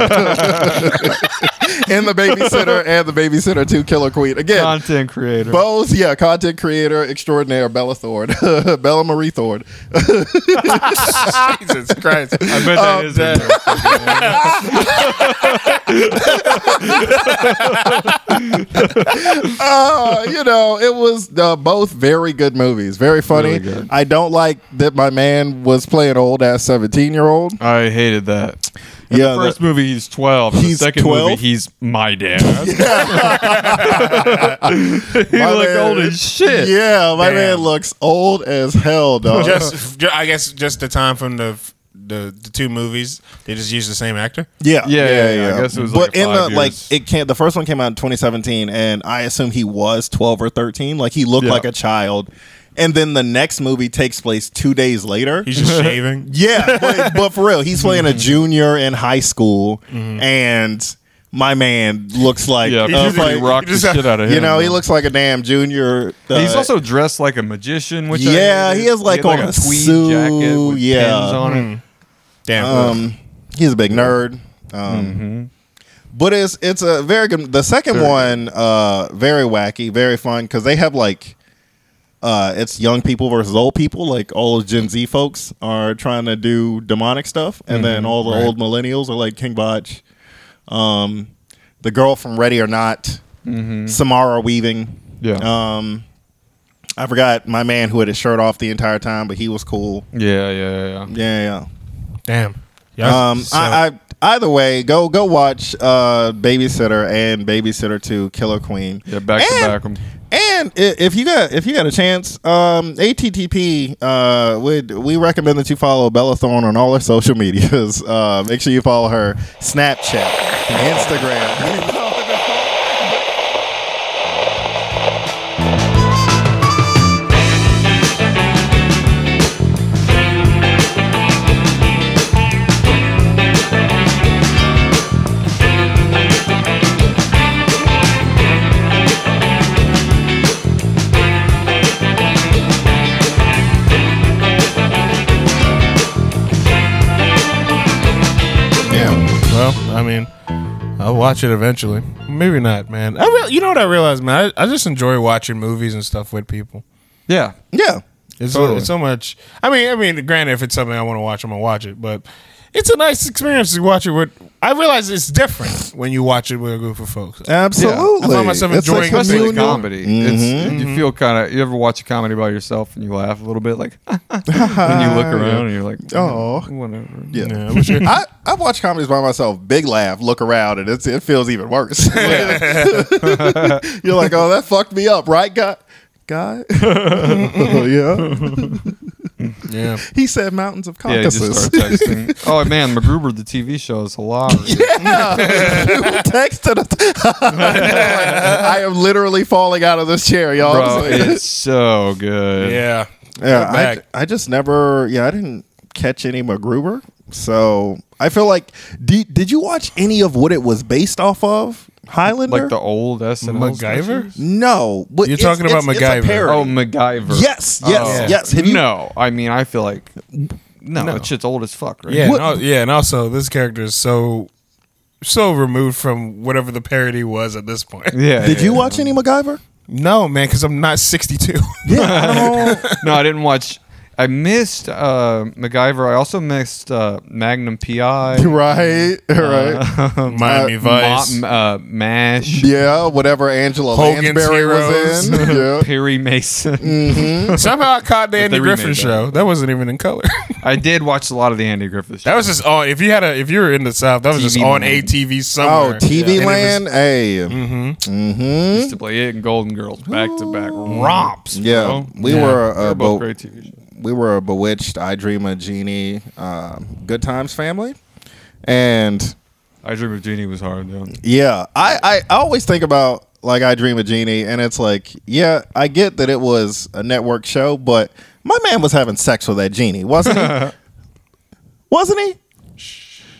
Speaker 3: and the babysitter and the babysitter two killer queen. Again,
Speaker 2: content creator.
Speaker 3: both, yeah, content creator extraordinaire Bella Thorne, Bella Marie Thorne.
Speaker 1: Jesus Christ.
Speaker 2: I bet that is it.
Speaker 3: uh, you know, it was uh, both very good movies, very funny. I don't like that my man was playing old ass seventeen year old.
Speaker 2: I hated that.
Speaker 4: yeah,
Speaker 2: First movie, he's twelve. He's
Speaker 4: He's
Speaker 2: the second
Speaker 4: 12?
Speaker 2: movie, he's my dad. he
Speaker 3: My
Speaker 2: looked
Speaker 3: man-
Speaker 2: old as shit.
Speaker 3: Yeah, my
Speaker 1: Damn.
Speaker 3: man looks old as hell, dog.
Speaker 1: just, ju- I guess, just the time from the the, the two movies, they just used the same actor.
Speaker 3: yeah,
Speaker 2: Yeah, yeah, yeah. I guess it was
Speaker 3: but
Speaker 2: like
Speaker 3: in the
Speaker 2: five
Speaker 3: like,
Speaker 2: years.
Speaker 3: it can't. The first one came out in 2017, and I assume he was 12 or 13. Like he looked
Speaker 2: Yeah.
Speaker 3: like a child, and then the next movie takes place two days later.
Speaker 1: He's just shaving.
Speaker 3: Yeah, but, but for real, he's
Speaker 2: Mm-hmm.
Speaker 3: playing a junior in high school, and my man looks like,
Speaker 2: Yeah,
Speaker 3: I
Speaker 2: he
Speaker 3: was like,
Speaker 2: like, rocked the
Speaker 1: just-
Speaker 2: shit out of him.
Speaker 3: you know, he looks like a damn junior. uh,
Speaker 2: He's also dressed like a magician, which I
Speaker 3: Yeah,
Speaker 2: hated.
Speaker 3: he has, like,
Speaker 2: had,
Speaker 3: on a suit,
Speaker 2: with
Speaker 3: yeah.
Speaker 2: pins on it.
Speaker 1: Mm. Damn.
Speaker 3: um, he's a big nerd. Um, But it's it's a very good. The second one, uh, very wacky, very fun because they have like. Uh, it's young people versus old people. Like all Gen Z folks are trying to do demonic stuff, and then all the old millennials are like King Botch, um, the girl from Ready or Not, Mm-hmm. Samara Weaving.
Speaker 2: Yeah.
Speaker 3: Um, I forgot my man who had his shirt off the entire time, but he was cool.
Speaker 2: yeah, yeah, yeah, yeah.
Speaker 3: Yeah, yeah.
Speaker 1: Damn. Yeah.
Speaker 3: Um, I, I either way, go go watch uh, Babysitter and Babysitter Two, Killer Queen.
Speaker 2: Yeah, back to
Speaker 3: and,
Speaker 2: back 'em.
Speaker 3: And i- if you got if you got a chance, um, ATTP uh, would we recommend that you follow Bella Thorne on all her social medias. Uh, make sure you follow her Snapchat, Instagram. Yeah.
Speaker 1: Well, I mean, I'll watch it eventually. Maybe not, man. I real you know what I realized, man? I, I just enjoy watching movies and stuff with people.
Speaker 2: Yeah.
Speaker 3: Yeah.
Speaker 1: It's,
Speaker 2: Totally.
Speaker 1: it's so much. I mean, I mean, granted, if it's something I want to watch, I'm gonna watch it. But it's a nice experience to watch it with. I realize it's different when you watch it with a group of folks.
Speaker 3: Absolutely.
Speaker 1: I find myself
Speaker 3: It's a
Speaker 1: enjoying
Speaker 2: Especially
Speaker 1: Communal.
Speaker 2: the comedy.
Speaker 3: Mm-hmm.
Speaker 2: It's, you
Speaker 1: Mm-hmm.
Speaker 2: feel kind of. You ever watch a comedy by yourself and you laugh a little bit, like, and you look around and you're like, "Mm,
Speaker 3: Oh.
Speaker 2: whatever.
Speaker 3: Yeah.
Speaker 1: Yeah, I wish it-
Speaker 3: I, I watch comedies by myself, big laugh, look around, and it's, it feels even worse. You're like, oh, that fucked me up, right, guy? Guy? oh, yeah.
Speaker 1: yeah.
Speaker 3: He said mountains of
Speaker 2: Yeah, you just
Speaker 3: Caucasus.
Speaker 2: start texting. oh man, MacGruber, the TV show is hilarious.
Speaker 3: Text to the. I am literally falling out of this chair, y'all.
Speaker 2: Bro,
Speaker 3: I'm just
Speaker 2: it's so good.
Speaker 1: Yeah.
Speaker 3: like- yeah,
Speaker 1: back.
Speaker 3: I, I just never. Yeah, I didn't catch any MacGruber. So I feel like. Did, did you watch any of what it was based off of? Highlander?
Speaker 2: Like the old SNL.
Speaker 1: MacGyver?
Speaker 3: No, but
Speaker 1: You're
Speaker 3: it's-
Speaker 1: talking about
Speaker 3: it's- it's a
Speaker 1: MacGyver.
Speaker 3: parody.
Speaker 2: Oh, MacGyver.
Speaker 3: yes, yes,
Speaker 2: Oh.
Speaker 3: yes. Have you-
Speaker 2: no, I mean, I feel like no, that shit's old as fuck, right?
Speaker 1: Yeah,
Speaker 3: What-
Speaker 1: and al- yeah, and also this character is so so removed from whatever the parody was at this point.
Speaker 2: yeah.
Speaker 3: Did
Speaker 2: yeah.
Speaker 3: you watch any MacGyver?
Speaker 1: No, man, because I'm not 62.
Speaker 3: Yeah, I don't-
Speaker 2: No, I didn't watch. I missed uh, MacGyver. I also missed uh, Magnum PI.
Speaker 3: right, right.
Speaker 2: Um,
Speaker 1: Miami
Speaker 3: uh,
Speaker 1: Vice.
Speaker 2: Ma- uh, Mash.
Speaker 3: yeah, whatever Angela
Speaker 1: Hogan's
Speaker 3: Lansbury was in. yeah. Mm.
Speaker 2: Perry Mason.
Speaker 1: Somehow I caught the Andy
Speaker 2: they
Speaker 1: Griffin
Speaker 2: remade that.
Speaker 1: show. That wasn't even in color.
Speaker 2: I did watch a lot of the Andy Griffith.
Speaker 1: that
Speaker 2: show.
Speaker 1: was just on. If you had a, if you were in the South, that was just
Speaker 2: TV
Speaker 1: on
Speaker 2: land.
Speaker 1: ATV
Speaker 3: Oh,
Speaker 1: somewhere.
Speaker 3: TV
Speaker 1: And it was- Mm-hmm.
Speaker 3: Land. Hey,
Speaker 2: used to play it and Golden Girls back to back romps.
Speaker 3: yeah,
Speaker 1: Oh,
Speaker 2: bro.
Speaker 3: we were
Speaker 2: They
Speaker 3: uh,
Speaker 2: were
Speaker 3: bo-
Speaker 2: both great TV shows.
Speaker 3: we were a bewitched I Dream a Genie, uh, Good Times family, and
Speaker 2: I Dream of Jeannie was hard though.
Speaker 3: yeah, I, I I always think about like I Dream a Genie, and it's like yeah, I get that it was a network show, but my man was having sex with that genie, wasn't he? wasn't he?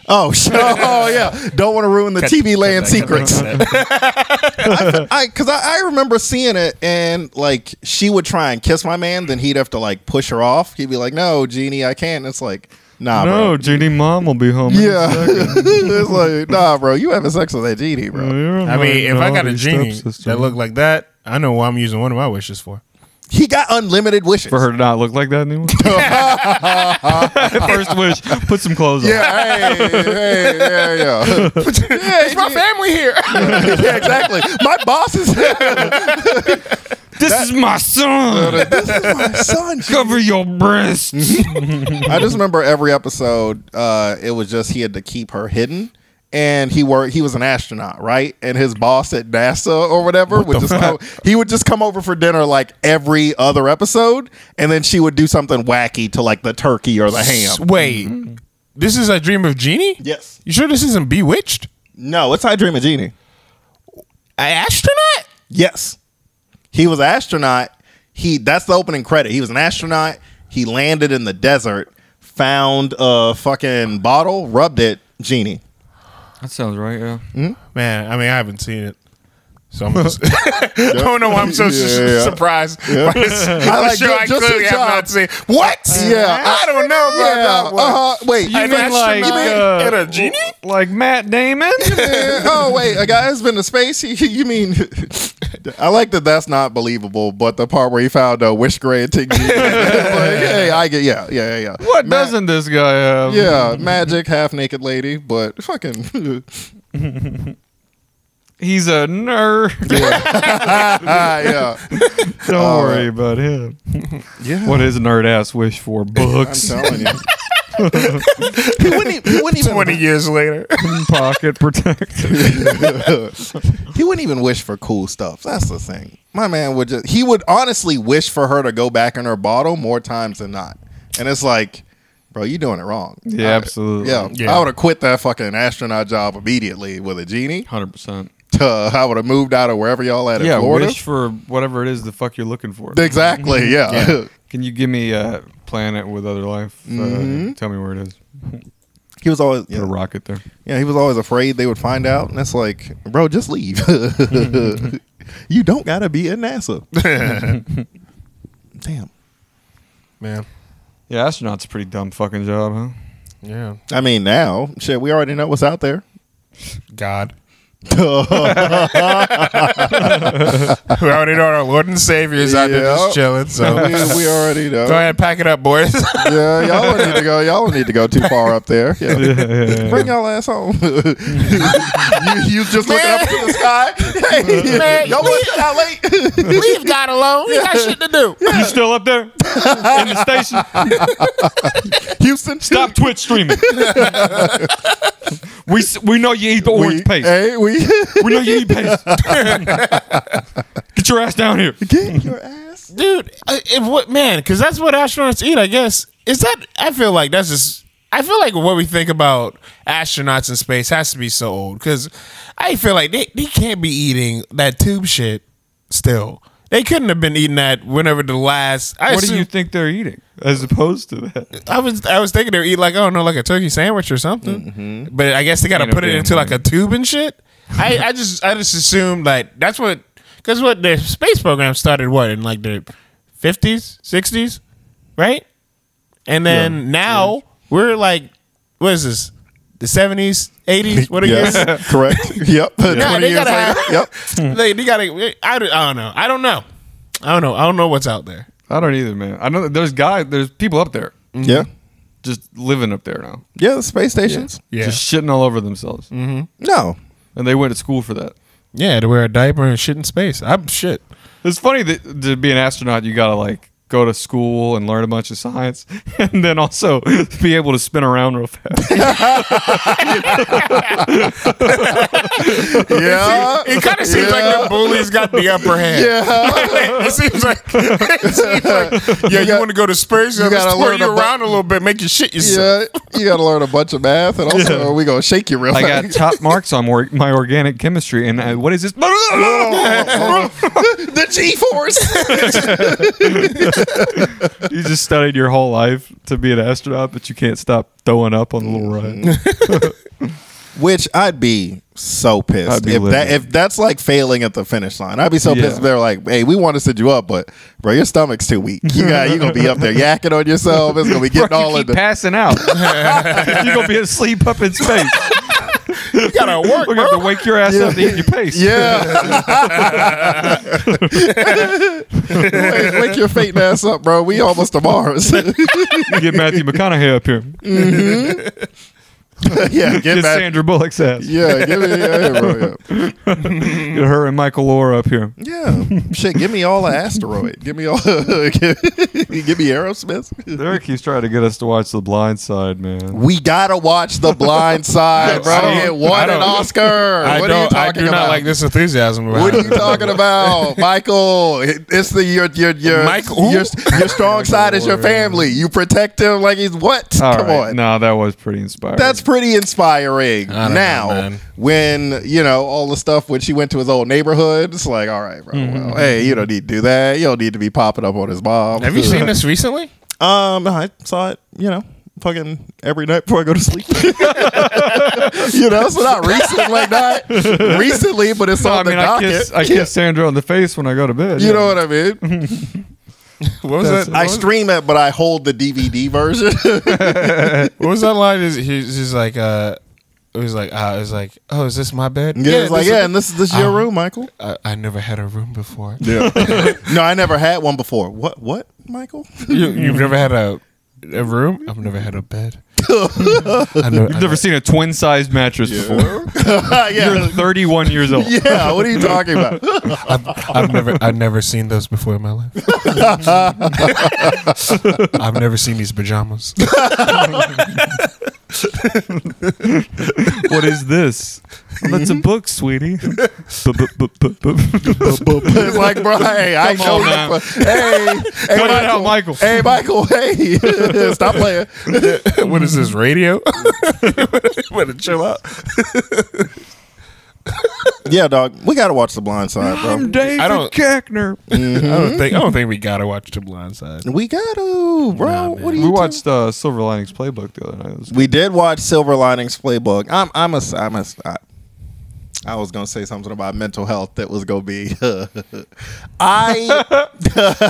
Speaker 3: Oh, sh- oh yeah! Don't want to ruin the TV land secrets. I because I, I remember seeing it and like she would try and kiss my man, then he'd have to like push her off. He'd be like, "No, Genie, I can't." And it's like, nah,
Speaker 2: No,
Speaker 3: bro.
Speaker 2: Jeannie mom will be home.
Speaker 3: Yeah, it's like, nah, bro. You having sex with that Genie, bro?
Speaker 1: I mean, if I got a genie that looked like that, I know what I'm using one of my wishes for.
Speaker 3: He got unlimited wishes.
Speaker 2: for her to not look like that anymore. First wish, put some clothes on.
Speaker 3: Yeah, hey, hey, yeah, yeah.
Speaker 1: It's my family here.
Speaker 3: yeah, exactly. My boss is
Speaker 2: This is my son.
Speaker 3: this is my son. Genie.
Speaker 2: Cover your breasts.
Speaker 3: I just remember every episode. Uh, it was just he had to keep her hidden, and he worked. He was an astronaut, right? And his boss at NASA or whatever would just come, he would just come over for dinner like every other episode, and then she would do something wacky to like the turkey or the ham.
Speaker 1: Wait, this is I Dream of Genie.
Speaker 3: Yes.
Speaker 1: You sure this isn't Bewitched?
Speaker 3: No, it's I Dream of Genie.
Speaker 1: An astronaut?
Speaker 3: Yes. He was an astronaut. He that's the opening credit. He was an astronaut. He landed in the desert, found a fucking bottle, rubbed it, genie.
Speaker 2: That sounds right. Yeah.
Speaker 1: Man, I mean, I haven't seen it. So I'm just, I don't know why I'm so su-
Speaker 3: Yeah, yeah.
Speaker 1: surprised. by this- by
Speaker 3: like
Speaker 1: sure
Speaker 3: ju-
Speaker 1: I
Speaker 3: just
Speaker 1: clearly
Speaker 3: your
Speaker 1: have
Speaker 3: job.
Speaker 1: not seen. What?
Speaker 3: Yeah.
Speaker 1: I don't know about that one.
Speaker 3: Uh-huh. Wait.
Speaker 2: You
Speaker 1: An
Speaker 2: mean like
Speaker 1: astronaut
Speaker 2: uh,
Speaker 1: and a genie?
Speaker 2: like Matt Damon?
Speaker 3: Yeah. oh wait, a guy has been to space. He, you mean? I like that. That's not believable. But the part where he found a wish granting, genie. like, hey, I get yeah, yeah, yeah. yeah.
Speaker 2: What
Speaker 3: Ma-
Speaker 2: doesn't this guy have?
Speaker 3: Yeah, magic half naked lady, but fucking.
Speaker 2: He's a nerd.
Speaker 3: ah, yeah.
Speaker 2: Don't worry about him.
Speaker 3: Uh, Yeah.
Speaker 2: What is nerd ass wish for? Books,
Speaker 3: telling you. he wouldn't. Even, he wouldn't even.
Speaker 1: 20 years later.
Speaker 2: pocket protector.
Speaker 3: He wouldn't even wish for cool stuff. That's the thing. My man would just. He would honestly wish for her to go back in her bottle more times than not. And it's like, bro, you doing it wrong.
Speaker 2: Yeah,
Speaker 3: I-
Speaker 2: absolutely.
Speaker 3: Yeah,
Speaker 1: Yeah.
Speaker 3: I would have quit that fucking astronaut job immediately with a genie.
Speaker 2: Hundred percent.
Speaker 3: Tuh, I would have moved out of wherever y'all at
Speaker 2: Yeah,
Speaker 3: in Florida.
Speaker 2: wish for whatever it is the fuck you're looking for.
Speaker 3: exactly. Yeah.
Speaker 2: Can you give me a planet with other life? Uh, tell me where it is.
Speaker 3: he was always
Speaker 2: Put a
Speaker 3: Mm-hmm. yeah,
Speaker 2: rocket there.
Speaker 3: yeah. He was always afraid they would find out, and it's like, bro, just leave. you don't gotta be in NASA. Damn.
Speaker 1: Man.
Speaker 2: Yeah, astronaut's a pretty dumb fucking job, huh?
Speaker 1: Yeah.
Speaker 3: I mean, now shit, we already know what's out there.
Speaker 1: God. we already know our Lord and Savior is out there
Speaker 3: Yeah.
Speaker 1: just chilling. So
Speaker 3: we, we already know.
Speaker 1: go ahead, pack it up, boys.
Speaker 3: Yeah, y'all don't need to go. Y'all don't need to go too far up there. Yeah. Bring y'all ass home. you, you just looking up to the sky. Hey, y'all want to out late?
Speaker 1: Leave God alone. We got shit to do.
Speaker 2: You still up there in the station?
Speaker 3: Houston,
Speaker 2: Stop Twitch streaming. we s- we know you eat the orange
Speaker 3: We,
Speaker 2: paste.
Speaker 3: hey, we
Speaker 2: We know you eat paste. Get your ass down here.
Speaker 3: get your ass.
Speaker 1: dude. uh, If what man, because that's what astronauts eat, I guess. Is that? I feel like that's just. I feel like what we think about astronauts in space has to be so old because I feel like they, they can't be eating that tube shit still. They couldn't have been eating that whenever the last. I
Speaker 2: What do you
Speaker 1: assume-
Speaker 2: think they're eating as opposed to that?
Speaker 1: I was I was thinking they were eating like I don't know like a turkey sandwich or something, but I guess they got to
Speaker 2: Ain't no
Speaker 1: put it
Speaker 2: damn
Speaker 1: into like
Speaker 2: way.
Speaker 1: a tube and shit. I, I just I just assumed like that's what because what the space program started what in like the fifties sixties, right? And then now we're like what is this the seventies eighties? What are you?
Speaker 3: Yes, correct. Yep.
Speaker 1: Yeah,
Speaker 3: Twenty
Speaker 1: they
Speaker 3: years
Speaker 1: gotta
Speaker 3: later.
Speaker 1: have-
Speaker 3: Yep.
Speaker 1: they, they gotta. I, don't- I don't know. I don't know. I don't know. I don't know what's out there.
Speaker 2: I don't either, man. I know that there's guys, there's people up there
Speaker 3: Yeah.
Speaker 2: just living up there now,
Speaker 3: Yeah, the space stations.
Speaker 1: Yeah. Mm-hmm.
Speaker 2: just shitting all over themselves,
Speaker 3: No.
Speaker 2: and they went to school for that.
Speaker 1: yeah, to wear a diaper and shit in space. I'm shit.
Speaker 2: It's funny that to be an astronaut, you gotta like go to school and learn a bunch of science, and then also be able to spin around real fast.
Speaker 3: Yeah.
Speaker 1: It kind of seems like the bullies got the upper hand.
Speaker 3: yeah.
Speaker 1: it seems like, it seems like yeah, you,
Speaker 3: got-
Speaker 1: want to go to space,
Speaker 3: you
Speaker 1: you
Speaker 3: gotta
Speaker 1: gotta
Speaker 3: learn
Speaker 1: twirl you
Speaker 3: about-
Speaker 1: around a little bit, make you shit yourself.
Speaker 3: Yeah. You got to learn a bunch of math, and also we gonna shake you real
Speaker 2: I
Speaker 3: fast.
Speaker 2: got top marks on wor- my organic chemistry, and I, what is this?
Speaker 3: the G force.
Speaker 2: you just studied your whole life to be an astronaut, but you can't stop throwing up on the little
Speaker 1: Mm-hmm.
Speaker 2: ride.
Speaker 3: Which I'd be so
Speaker 2: I'd
Speaker 3: pissed
Speaker 2: be
Speaker 3: if that
Speaker 2: livid.
Speaker 3: if that's like failing at the finish line. I'd be so
Speaker 2: Yeah.
Speaker 3: pissed if they're like, "Hey, we want to send you up, but bro, your stomach's too weak. You got you gonna be up there yakking on yourself. It's gonna be getting
Speaker 2: Bro, you
Speaker 3: all in
Speaker 2: keep
Speaker 3: the
Speaker 2: passing out. You're gonna be asleep up in space.
Speaker 1: You gotta work.
Speaker 2: We're gonna have to wake your ass up to eat your pace.
Speaker 3: yeah." wake, wake your faint ass up, bro. We almost to Mars.
Speaker 2: You get Matthew McConaughey up here.
Speaker 3: yeah,
Speaker 2: Get
Speaker 3: get back.
Speaker 2: Sandra Bullock's ass.
Speaker 3: Yeah, give me yeah, bro, yeah.
Speaker 2: Get her and Michael Laura up here.
Speaker 3: Yeah, shit. Give me all the asteroid. Give me all. give, give me Aerosmith.
Speaker 2: Derek keeps trying to get us to watch The Blind Side, man.
Speaker 3: We gotta watch The Blind Side, bro.
Speaker 1: I
Speaker 3: It
Speaker 1: don't-
Speaker 3: won
Speaker 1: I
Speaker 3: an
Speaker 1: don't-
Speaker 3: Oscar.
Speaker 1: I
Speaker 3: what are you
Speaker 1: don't.
Speaker 3: talking
Speaker 1: I do
Speaker 3: about?
Speaker 1: not like this enthusiasm.
Speaker 3: What are
Speaker 1: behind
Speaker 3: you
Speaker 1: it.
Speaker 3: talking about, Michael? It- It's the your your your
Speaker 1: Michael who?
Speaker 3: your, your strong side is your family. You protect him like he's what?
Speaker 2: All
Speaker 3: Come
Speaker 2: right.
Speaker 3: on.
Speaker 2: No, that was pretty inspiring.
Speaker 3: That's pretty inspiring.
Speaker 1: I don't know,
Speaker 3: Now,
Speaker 1: man.
Speaker 3: when you know all the stuff when she went to his old neighborhood, it's like, all right, bro.
Speaker 1: Mm-hmm,
Speaker 3: Well, hey, you don't need to do that. You don't need to be popping up on his mom.
Speaker 1: Have you seen this recently?
Speaker 3: Um, I saw it, you know, fucking every night before I go to sleep. you know, so not recent, like not recently, but it's
Speaker 2: no, I
Speaker 3: on the
Speaker 2: mean, I
Speaker 3: docket.
Speaker 2: kiss, I kiss Sandra on the face when I go to bed.
Speaker 3: you
Speaker 2: yeah.
Speaker 3: know what I
Speaker 1: Mm-hmm.
Speaker 3: mean?
Speaker 1: What was
Speaker 2: That's-
Speaker 1: that?
Speaker 3: I
Speaker 1: what was-
Speaker 3: stream it, but I hold the DVD version.
Speaker 1: What was that line? Is he's just like uh, it was like uh, it was like oh, is this my bed?
Speaker 3: yeah, it's like,
Speaker 1: this is- Oh.
Speaker 3: yeah, and this is this is your room, Michael.
Speaker 1: I, I never had a room before.
Speaker 3: Yeah. no, I never had one before. What? What, Michael?
Speaker 1: you, you've never had a a room. I've never had a bed. I know,
Speaker 2: I've never seen a twin sized mattress before. You're
Speaker 3: yeah.
Speaker 2: 31 years old.
Speaker 3: Yeah, what are you talking about?
Speaker 1: I've, I've never I've never seen those before in my life. I've never seen these pajamas.
Speaker 2: What is this? Well, that's a book, sweetie. Come
Speaker 3: It's like, bro, hey, I
Speaker 2: Come
Speaker 3: know.
Speaker 2: on now.
Speaker 3: you fu- Hey, hey,
Speaker 2: on
Speaker 3: Michael.
Speaker 2: out, Michael.
Speaker 3: Hey, Michael. Hey, stop playing.
Speaker 1: what is this radio? Way to chill out.
Speaker 3: Yeah, dog. We gotta watch The Blind Side, bro.
Speaker 2: I'm David
Speaker 1: I don't-
Speaker 2: Koechner.
Speaker 1: I
Speaker 3: Mm-hmm.
Speaker 1: don't think I don't think we gotta watch The Blind Side.
Speaker 3: We gotta, bro. what do you?
Speaker 2: We watched uh, Silver Linings Playbook the other night. It was-
Speaker 3: We did watch Silver Linings Playbook. I'm, I'm a, I'm a, I, I was gonna say something about mental health that was gonna be. I,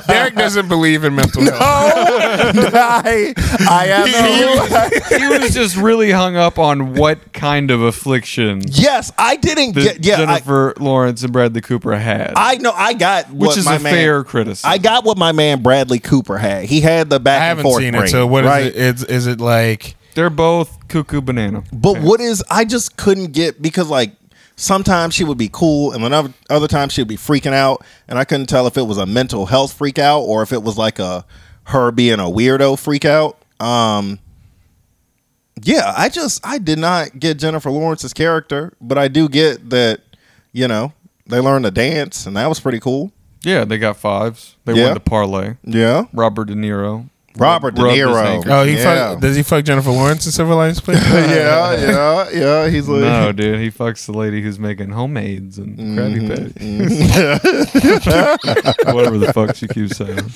Speaker 1: Derek doesn't believe in mental health.
Speaker 3: I, I am.
Speaker 2: he was just really hung up on what kind of affliction
Speaker 3: yes, I didn't
Speaker 2: the
Speaker 3: get. Yeah, I,
Speaker 2: Jennifer Lawrence and Bradley Cooper had,
Speaker 3: I know. I got what
Speaker 2: which is
Speaker 3: my
Speaker 2: a
Speaker 3: man,
Speaker 2: fair criticism.
Speaker 3: I got what my man Bradley Cooper had. He had the
Speaker 1: I
Speaker 3: back and
Speaker 1: haven't
Speaker 3: forth.
Speaker 1: seen
Speaker 3: brain,
Speaker 1: it. So what is
Speaker 3: right?
Speaker 1: it? It's, is it like?
Speaker 2: They're both cuckoo banana.
Speaker 3: But what is I just couldn't get because like sometimes she would be cool and another other times she'd be freaking out and I couldn't tell if it was a mental health freak out or if it was like a her being a weirdo freak out. Um yeah, I just I did not get Jennifer Lawrence's character, but I do get that, you know, they learned to dance and that was pretty cool.
Speaker 2: Yeah, they got fives. They
Speaker 3: Yeah.
Speaker 2: won the parlay.
Speaker 3: Yeah.
Speaker 2: Robert De Niro.
Speaker 3: Robert De
Speaker 2: Rubbed his
Speaker 3: Niro.
Speaker 2: ankle.
Speaker 1: Oh, he
Speaker 3: yeah.
Speaker 1: fuck, does he fuck Jennifer Lawrence in Silver Linings Playbook?
Speaker 3: yeah, yeah, yeah. He's like
Speaker 2: No, dude, he fucks the lady who's making homemades and Krabby Patties. Whatever the fuck she keeps saying. And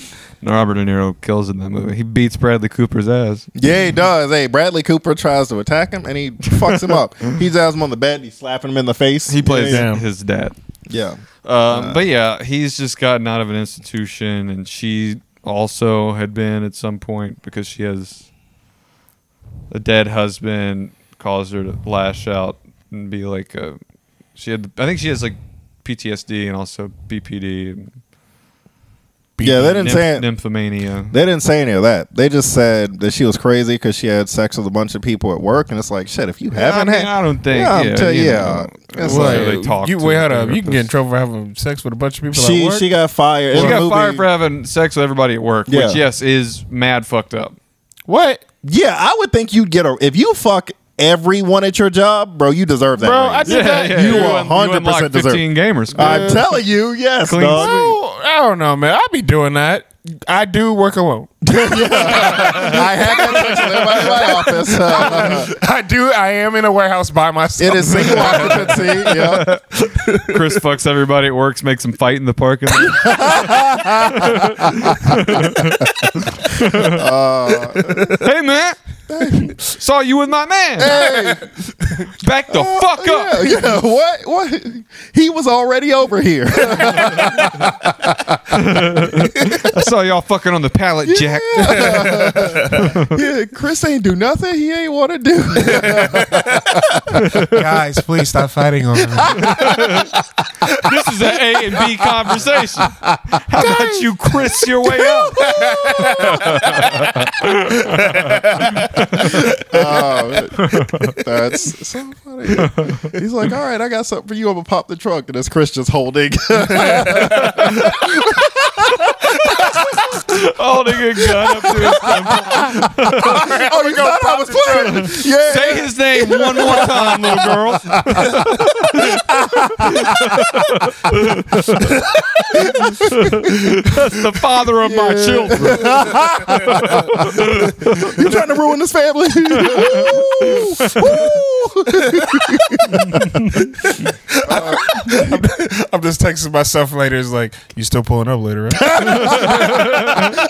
Speaker 2: Robert De Niro kills in that movie. He beats Bradley Cooper's ass.
Speaker 3: Yeah, he does. Hey, Bradley Cooper tries to attack him and he fucks him up. He has him on the bed. He's slapping him in the face.
Speaker 2: He plays
Speaker 3: Yeah.
Speaker 1: Damn.
Speaker 2: his dad.
Speaker 3: yeah. Uh,
Speaker 2: Um, but yeah, he's just gotten out of an institution, and she also had been at some point because she has a dead husband caused her to lash out and be like a. She had, I think she has like PTSD and also BPD. And
Speaker 3: Yeah, they didn't say it.
Speaker 2: Nymphomania.
Speaker 3: They didn't say any of that. They just said that she was crazy because she had sex with a bunch of people at work, and it's like, shit, if you haven't
Speaker 2: I, mean,
Speaker 3: had,
Speaker 2: I don't think.
Speaker 3: yeah,
Speaker 2: Yeah,
Speaker 3: I'm tell-
Speaker 2: you
Speaker 3: yeah.
Speaker 2: know,
Speaker 3: It's
Speaker 2: whether
Speaker 3: like-
Speaker 2: they talk
Speaker 1: you
Speaker 2: to
Speaker 1: wait,
Speaker 2: a
Speaker 1: hold up. You can get in
Speaker 2: therapist.
Speaker 1: trouble for having sex with a bunch of people at
Speaker 3: she
Speaker 1: work.
Speaker 3: she got fired.
Speaker 2: She
Speaker 3: In the
Speaker 2: got
Speaker 3: movie-
Speaker 2: fired for having sex with everybody at work,
Speaker 3: Yeah.
Speaker 2: which yes is mad fucked up.
Speaker 1: what?
Speaker 3: Yeah, I would think you'd get a if you fuck everyone at your job, bro. You deserve that.
Speaker 1: Bro, I
Speaker 3: raise.
Speaker 1: did that.
Speaker 3: You
Speaker 2: You
Speaker 3: are
Speaker 2: un- you
Speaker 3: 100%
Speaker 2: unlock
Speaker 3: deserve-
Speaker 2: Fifteen gamers.
Speaker 3: I'm telling you, yes,
Speaker 2: Clean
Speaker 3: dog.
Speaker 1: Oh, I don't know, man. I be doing that. I do work alone.
Speaker 3: I had that sex with everybody in my office. Uh,
Speaker 1: I do. I am in a warehouse by myself.
Speaker 3: it is single occupancy. Yeah,
Speaker 2: Chris fucks everybody at work, makes them fight in the parking lot. Uh, hey man, saw you with my man. Back the fuck up.
Speaker 3: Oh, yeah, yeah. What? What? He was already over here.
Speaker 2: I saw y'all fucking on the pallet, Jack.
Speaker 3: yeah, Chris ain't do nothing. He ain't want to do.
Speaker 1: Guys, please stop fighting over me.
Speaker 2: This is an A and B conversation. How about you, Chris, your way up?
Speaker 3: That's so funny. He's like, all right, I got something for you. I'm gonna pop the trunk, and it's Chris just holding.
Speaker 2: Holding a gun up to his temple.
Speaker 3: oh, you thought I was playing? Yeah.
Speaker 2: Say his name one more time, little girl. That's the father of my children.
Speaker 3: you trying to ruin this family?
Speaker 1: I'm just texting myself later. It's like, you still pulling up later, right?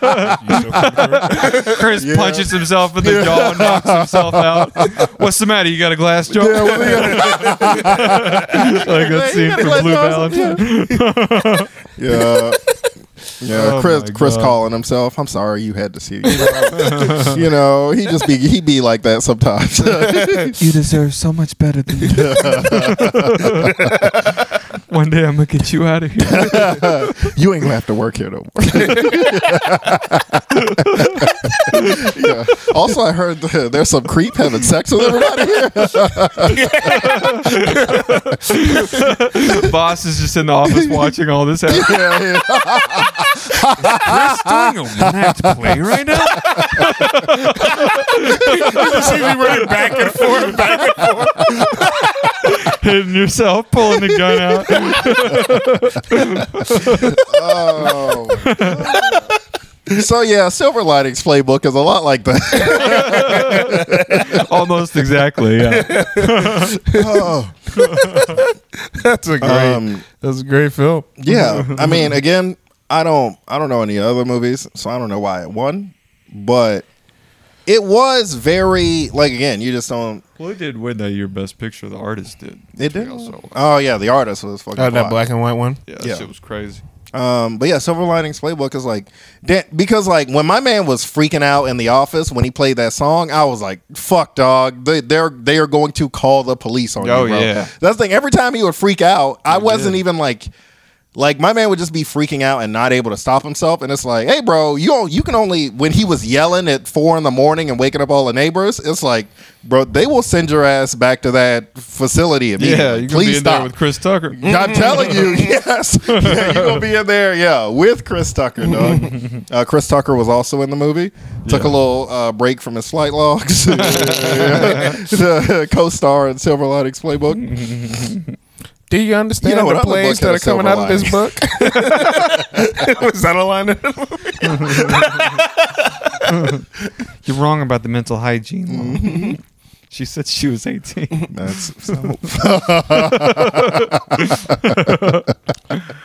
Speaker 1: You still pulling up?
Speaker 2: Chris punches himself in the jaw and knocks himself out. What's the matter? You got a glass jaw? like that scene from Blue Valentine.
Speaker 3: yeah. Yeah,
Speaker 2: Oh
Speaker 3: Chris.
Speaker 2: my
Speaker 3: Chris
Speaker 2: God.
Speaker 3: calling himself. I'm sorry you had to see. it." you know, he just be he be like that sometimes.
Speaker 5: You deserve so much better than that.
Speaker 2: One day I'm gonna get you out of here.
Speaker 3: you ain't gonna have to work here no more. yeah. Also, I heard uh, there's some creep having sex with everybody here.
Speaker 2: the boss is just in the office watching all this happen.
Speaker 3: yeah, yeah.
Speaker 1: Ah.
Speaker 2: doing a one-act play right now?
Speaker 1: You see me running back and forth, back and forth.
Speaker 2: Hitting yourself, pulling the gun out.
Speaker 3: Oh. so yeah, Silver Linings Playbook is a lot like that.
Speaker 2: Almost exactly, yeah. Oh.
Speaker 1: That's a great.
Speaker 3: Um,
Speaker 1: that's a great film.
Speaker 3: yeah, I mean, again, I don't, I don't know any other movies, so I don't know why it won, but it was very like again, you just don't.
Speaker 2: Well, it did win that year Best Picture. The artist did.
Speaker 3: It did.
Speaker 2: Also,
Speaker 3: Oh yeah, the artist was fucking.
Speaker 1: Oh, that
Speaker 3: fly.
Speaker 1: black and white one.
Speaker 2: yeah, that
Speaker 3: Yeah.
Speaker 2: shit was crazy.
Speaker 3: Um, but yeah, Silver Linings Playbook is like da- because like when my man was freaking out in the office when he played that song, I was like, "Fuck, dog! They, they're they are going to call the police on
Speaker 2: Oh,
Speaker 3: you." Bro.
Speaker 2: yeah.
Speaker 3: that's the thing. Every time he would freak out, I wasn't even like. Like my man would just be freaking out and not able to stop himself, and it's like, hey, bro, you don't, you can only when he was yelling at four in the morning and waking up all the neighbors. It's like, bro, they will send your ass back to that facility immediately.
Speaker 2: Yeah, Mm. you can
Speaker 3: Please
Speaker 2: be in
Speaker 3: stop.
Speaker 2: there with Chris Tucker.
Speaker 3: I'm telling you, yes. Yeah, you gonna be in there, yeah, with Chris Tucker, dog. Uh, Chris Tucker was also in the movie. Took a little uh, break from his flight logs. The Co-star in Silver Linings Playbook.
Speaker 1: Do you understand
Speaker 3: You know what
Speaker 1: the
Speaker 3: other
Speaker 1: plays
Speaker 3: book
Speaker 1: that are coming
Speaker 3: has
Speaker 1: out
Speaker 3: silver
Speaker 1: of this book? Was that a line? in it?
Speaker 2: You're wrong about the mental hygiene law. she said she was 18.
Speaker 3: That's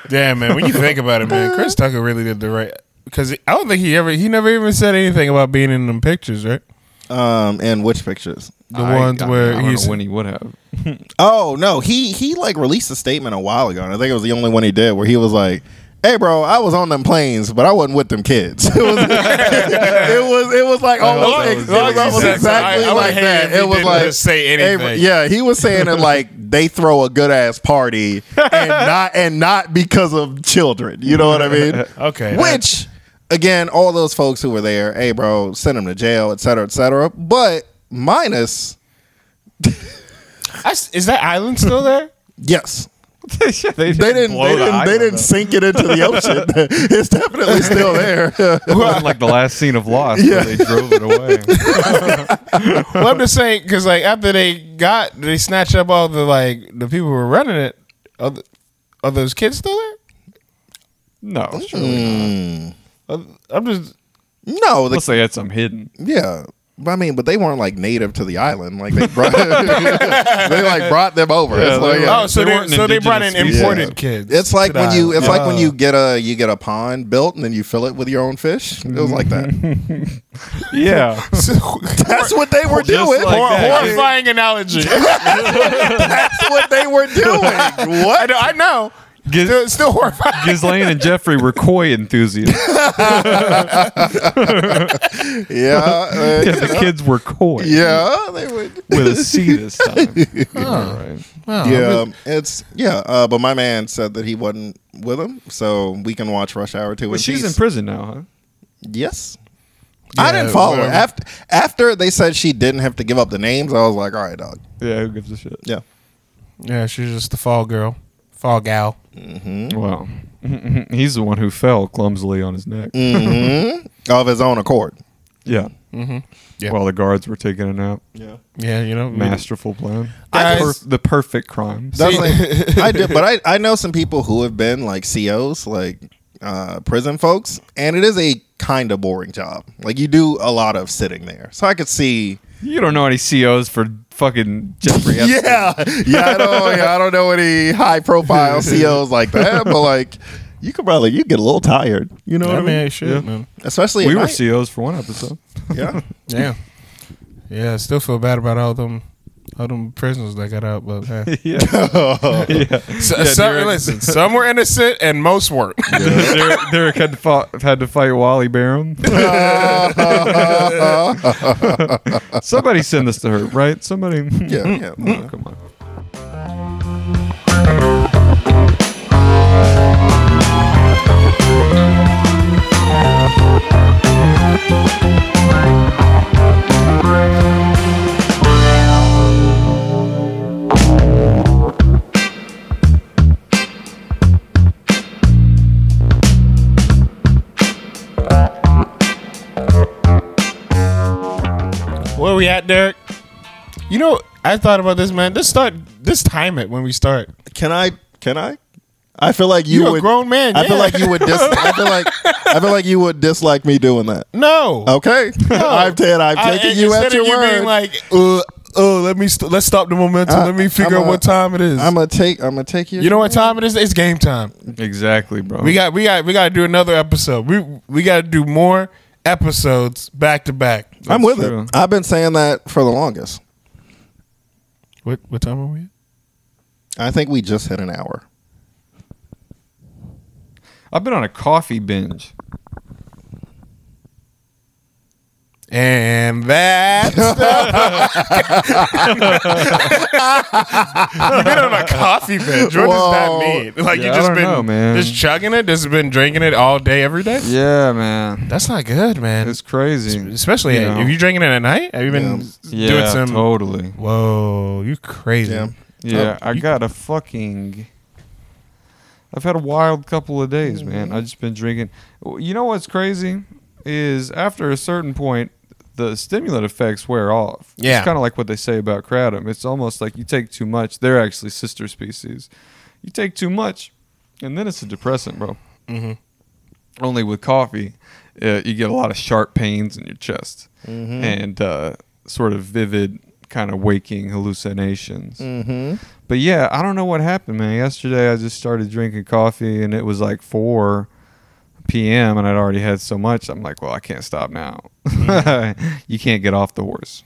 Speaker 1: Damn, man. When you think about it, man, Chris Tucker really did the right. Because I don't think he ever, he never even said anything about being in them pictures, right?
Speaker 3: um, and which pictures?
Speaker 1: The ones where
Speaker 2: I, I don't
Speaker 1: he's
Speaker 2: know when he would have.
Speaker 3: Oh no, he he like released a statement a while ago, and I think it was the only one he did where he was like. hey, bro, I was on them planes, but I wasn't with them kids. it, was, it was, it was like almost, ex- it was almost exactly
Speaker 1: oh, I- I would
Speaker 3: like
Speaker 1: hate
Speaker 3: that.
Speaker 1: if he
Speaker 3: It was
Speaker 1: didn't
Speaker 3: like
Speaker 1: just say
Speaker 3: hey,
Speaker 1: anything.
Speaker 3: bro- yeah, he was saying it like they throw a good ass party and not and not because of children. You know what I mean?
Speaker 1: Okay.
Speaker 3: Which, again, all those folks who were there, hey, bro, send them to jail, et cetera, et cetera. But minus,
Speaker 1: I s- is that island still there?
Speaker 3: yes.
Speaker 2: they didn't. They
Speaker 3: They didn't. They didn't. They didn't sink it into the ocean. it's definitely still there.
Speaker 2: It wasn't like the last scene of Lost
Speaker 3: Yeah.
Speaker 2: where they drove it away.
Speaker 1: well, I'm just saying because like after they got they snatched up all the like the people who were running it. Are, th- are those kids still there?
Speaker 2: No, surely.
Speaker 1: Are- I'm just
Speaker 3: no, the,
Speaker 2: unless they had some hidden.
Speaker 3: yeah. But I mean, but they weren't like native to the island. Like they brought, they like brought them over.
Speaker 2: Yeah,
Speaker 3: it's like,
Speaker 2: they were-
Speaker 1: oh, so
Speaker 2: They
Speaker 1: they,
Speaker 2: weren't an
Speaker 1: so they brought in
Speaker 2: indigenous
Speaker 3: species.
Speaker 1: imported
Speaker 3: Yeah.
Speaker 1: kids.
Speaker 3: It's
Speaker 1: to
Speaker 3: like
Speaker 1: the
Speaker 3: when you
Speaker 1: island.
Speaker 3: it's like when you get a you get a pond built and then you fill it with your own fish. It was like that.
Speaker 2: Yeah,
Speaker 3: That's what they were
Speaker 2: Just
Speaker 3: doing.
Speaker 2: like
Speaker 1: Hor-
Speaker 2: that.
Speaker 1: horrifying analogy.
Speaker 3: That's what they were doing.
Speaker 1: I
Speaker 3: What?
Speaker 1: know. I know.
Speaker 2: Giz-
Speaker 1: Still, still horrifying.
Speaker 2: Ghislaine and Jeffrey were koi enthusiasts.
Speaker 3: Yeah, uh,
Speaker 2: Yeah, the kids were koi
Speaker 3: yeah, they would.
Speaker 2: with a C this time. All right.
Speaker 3: yeah, it's yeah. Uh, but my man said that he wasn't with him, so we can watch Rush Hour Two.
Speaker 2: But she's in prison now, huh?
Speaker 3: Yes. I didn't follow her.
Speaker 1: whatever.
Speaker 3: After after they said she didn't have to give up the names, I was like, all right, dog.
Speaker 2: Yeah, who gives a shit?
Speaker 3: Yeah.
Speaker 1: Yeah, she's just the fall girl, fall gal.
Speaker 2: Well, he's the one who fell clumsily on his neck.
Speaker 3: Of his own accord.
Speaker 2: Yeah.
Speaker 1: Mm-hmm. Yeah.
Speaker 2: While the guards were taking a nap.
Speaker 1: Yeah, you know,
Speaker 2: Masterful plan.
Speaker 1: Guys-
Speaker 2: Per- the perfect crime.
Speaker 3: That's like, I did, but I, I know some people who have been like COs, like uh, prison folks, and it is a kind of boring job. Like you do a lot of sitting there, so I could see.
Speaker 2: you don't know any COs for fucking Jeffrey. Epstein.
Speaker 3: Yeah, yeah, I don't, yeah, I don't know any high profile COs like that, but like you could probably you get a little tired, you know
Speaker 1: I
Speaker 3: what I mean?
Speaker 1: mean, shit, man.
Speaker 3: Especially at
Speaker 2: We were
Speaker 3: night.
Speaker 2: COs for one episode.
Speaker 3: yeah.
Speaker 1: Yeah, yeah. I still feel bad about all them, all them prisoners that got out, but hey.
Speaker 2: yeah. yeah.
Speaker 1: So- some, listen, some were innocent and most weren't.
Speaker 2: Derek, Derek had to fought, had to fight Wally Barham. Somebody send this to her, right? Somebody.
Speaker 3: Yeah, yeah.
Speaker 2: Oh, come on.
Speaker 1: Where we at, Derek? You know, I thought about this, man. Just start, just time it when we start.
Speaker 3: Can I? Can I? I feel like you
Speaker 1: You're
Speaker 3: would.
Speaker 1: a grown man.
Speaker 3: I
Speaker 1: yeah.
Speaker 3: feel like you would dis- I feel like I feel like you would dislike me doing that.
Speaker 1: no.
Speaker 3: Okay, I'm Ted. I'm
Speaker 1: I-
Speaker 3: taking
Speaker 1: and
Speaker 3: you
Speaker 1: instead
Speaker 3: at your
Speaker 1: of you
Speaker 3: word.
Speaker 1: being like, uh, uh, let me st- let's stop the momentum.
Speaker 3: I-
Speaker 1: let me figure
Speaker 3: I'm
Speaker 1: out
Speaker 3: a-
Speaker 1: what time it is.
Speaker 3: I'm gonna take. I'm gonna take you.
Speaker 1: you know what time it is? It's game time.
Speaker 2: Exactly, bro.
Speaker 1: We got we got we got to do another episode. We we got to do more episodes back to back.
Speaker 3: I'm
Speaker 2: That's
Speaker 3: with
Speaker 2: true.
Speaker 3: it. I've been saying that for the longest.
Speaker 1: What what time are we? At?
Speaker 3: I think we just hit an hour.
Speaker 2: I've been on a coffee binge.
Speaker 1: And that's the You've been on a coffee binge. What
Speaker 3: Whoa.
Speaker 1: does that mean? Like
Speaker 2: Yeah,
Speaker 1: you
Speaker 2: I
Speaker 1: just
Speaker 2: don't
Speaker 1: been
Speaker 2: know, man.
Speaker 1: just chugging it, just been drinking it all day, every day.
Speaker 2: Yeah, man.
Speaker 1: That's not good, man.
Speaker 2: It's crazy.
Speaker 1: Especially
Speaker 2: You
Speaker 1: at-
Speaker 2: know.
Speaker 1: if you drinking it at night. Have you been
Speaker 2: Yeah,
Speaker 1: doing some?
Speaker 2: totally.
Speaker 1: Whoa, you crazy.
Speaker 3: Yeah.
Speaker 2: Yeah, I
Speaker 1: Oh, you-
Speaker 2: got a fucking. I've had a wild couple of days, man. I've just been drinking. You know what's crazy is after a certain point, the stimulant effects wear off.
Speaker 1: Yeah.
Speaker 2: it's kind of like what they say about kratom. It's almost like you take too much. They're actually sister species. You take too much, and then it's a depressant, bro.
Speaker 1: Mm-hmm.
Speaker 2: Only with coffee, uh, you get a lot of sharp pains in your chest
Speaker 1: Mm-hmm.
Speaker 2: and uh, sort of vivid, kind of waking hallucinations.
Speaker 1: Mm-hmm.
Speaker 2: But yeah, I don't know what happened, man. Yesterday I just started drinking coffee and it was like 4 p.m. and I'd already had so much. I'm like, well, I can't stop now.
Speaker 1: Mm.
Speaker 2: you can't get off the horse.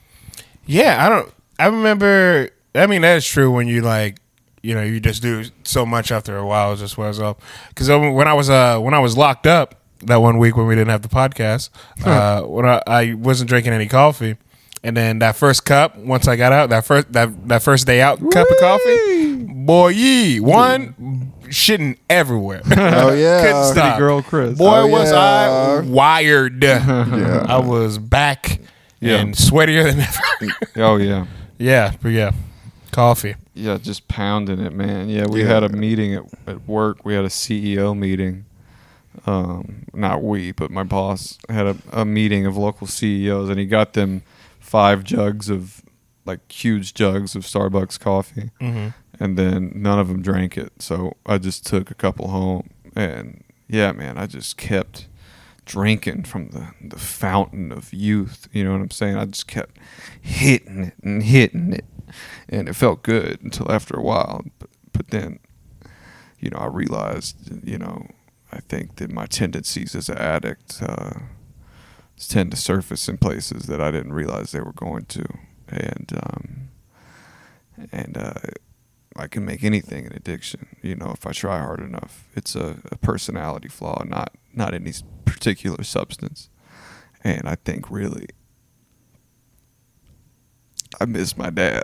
Speaker 1: Yeah, I don't. I remember. I mean, that's true when you like you know you just do so much after a while it just wears off. Because when I was uh, when I was locked up that one week when we didn't have the podcast, uh, when I, I wasn't drinking any coffee, and then that first cup once I got out that first that that first day out cup of coffee, boy ye one shitting everywhere.
Speaker 3: Oh yeah.
Speaker 1: Couldn't stop.
Speaker 2: girl Chris.
Speaker 1: Boy
Speaker 3: Oh,
Speaker 1: was I
Speaker 3: yeah.
Speaker 1: wired. I was back
Speaker 2: Yeah.
Speaker 1: and sweatier than ever.
Speaker 2: Oh yeah,
Speaker 1: yeah, but yeah, coffee.
Speaker 2: yeah, just pounding it, man. Yeah, we had a meeting at, at work. We had a CEO meeting. Um, not we, but my boss had a, a meeting of local CEOs, and he got them five jugs of like huge jugs of Starbucks coffee, and then none of them drank it. So I just took a couple home, and yeah, man, I just kept drinking from the, the fountain of youth. You know what I'm saying? I just kept hitting it and hitting it. And it felt good until after a while. But, but then, you know, I realized, you know, I think that my tendencies as an addict uh, tend to surface in places that I didn't realize they were going to. And, um, and, uh, I can make anything an addiction, you know, if I try hard enough. It's a, a personality flaw, not not any s- particular substance. And I think really, I miss my dad.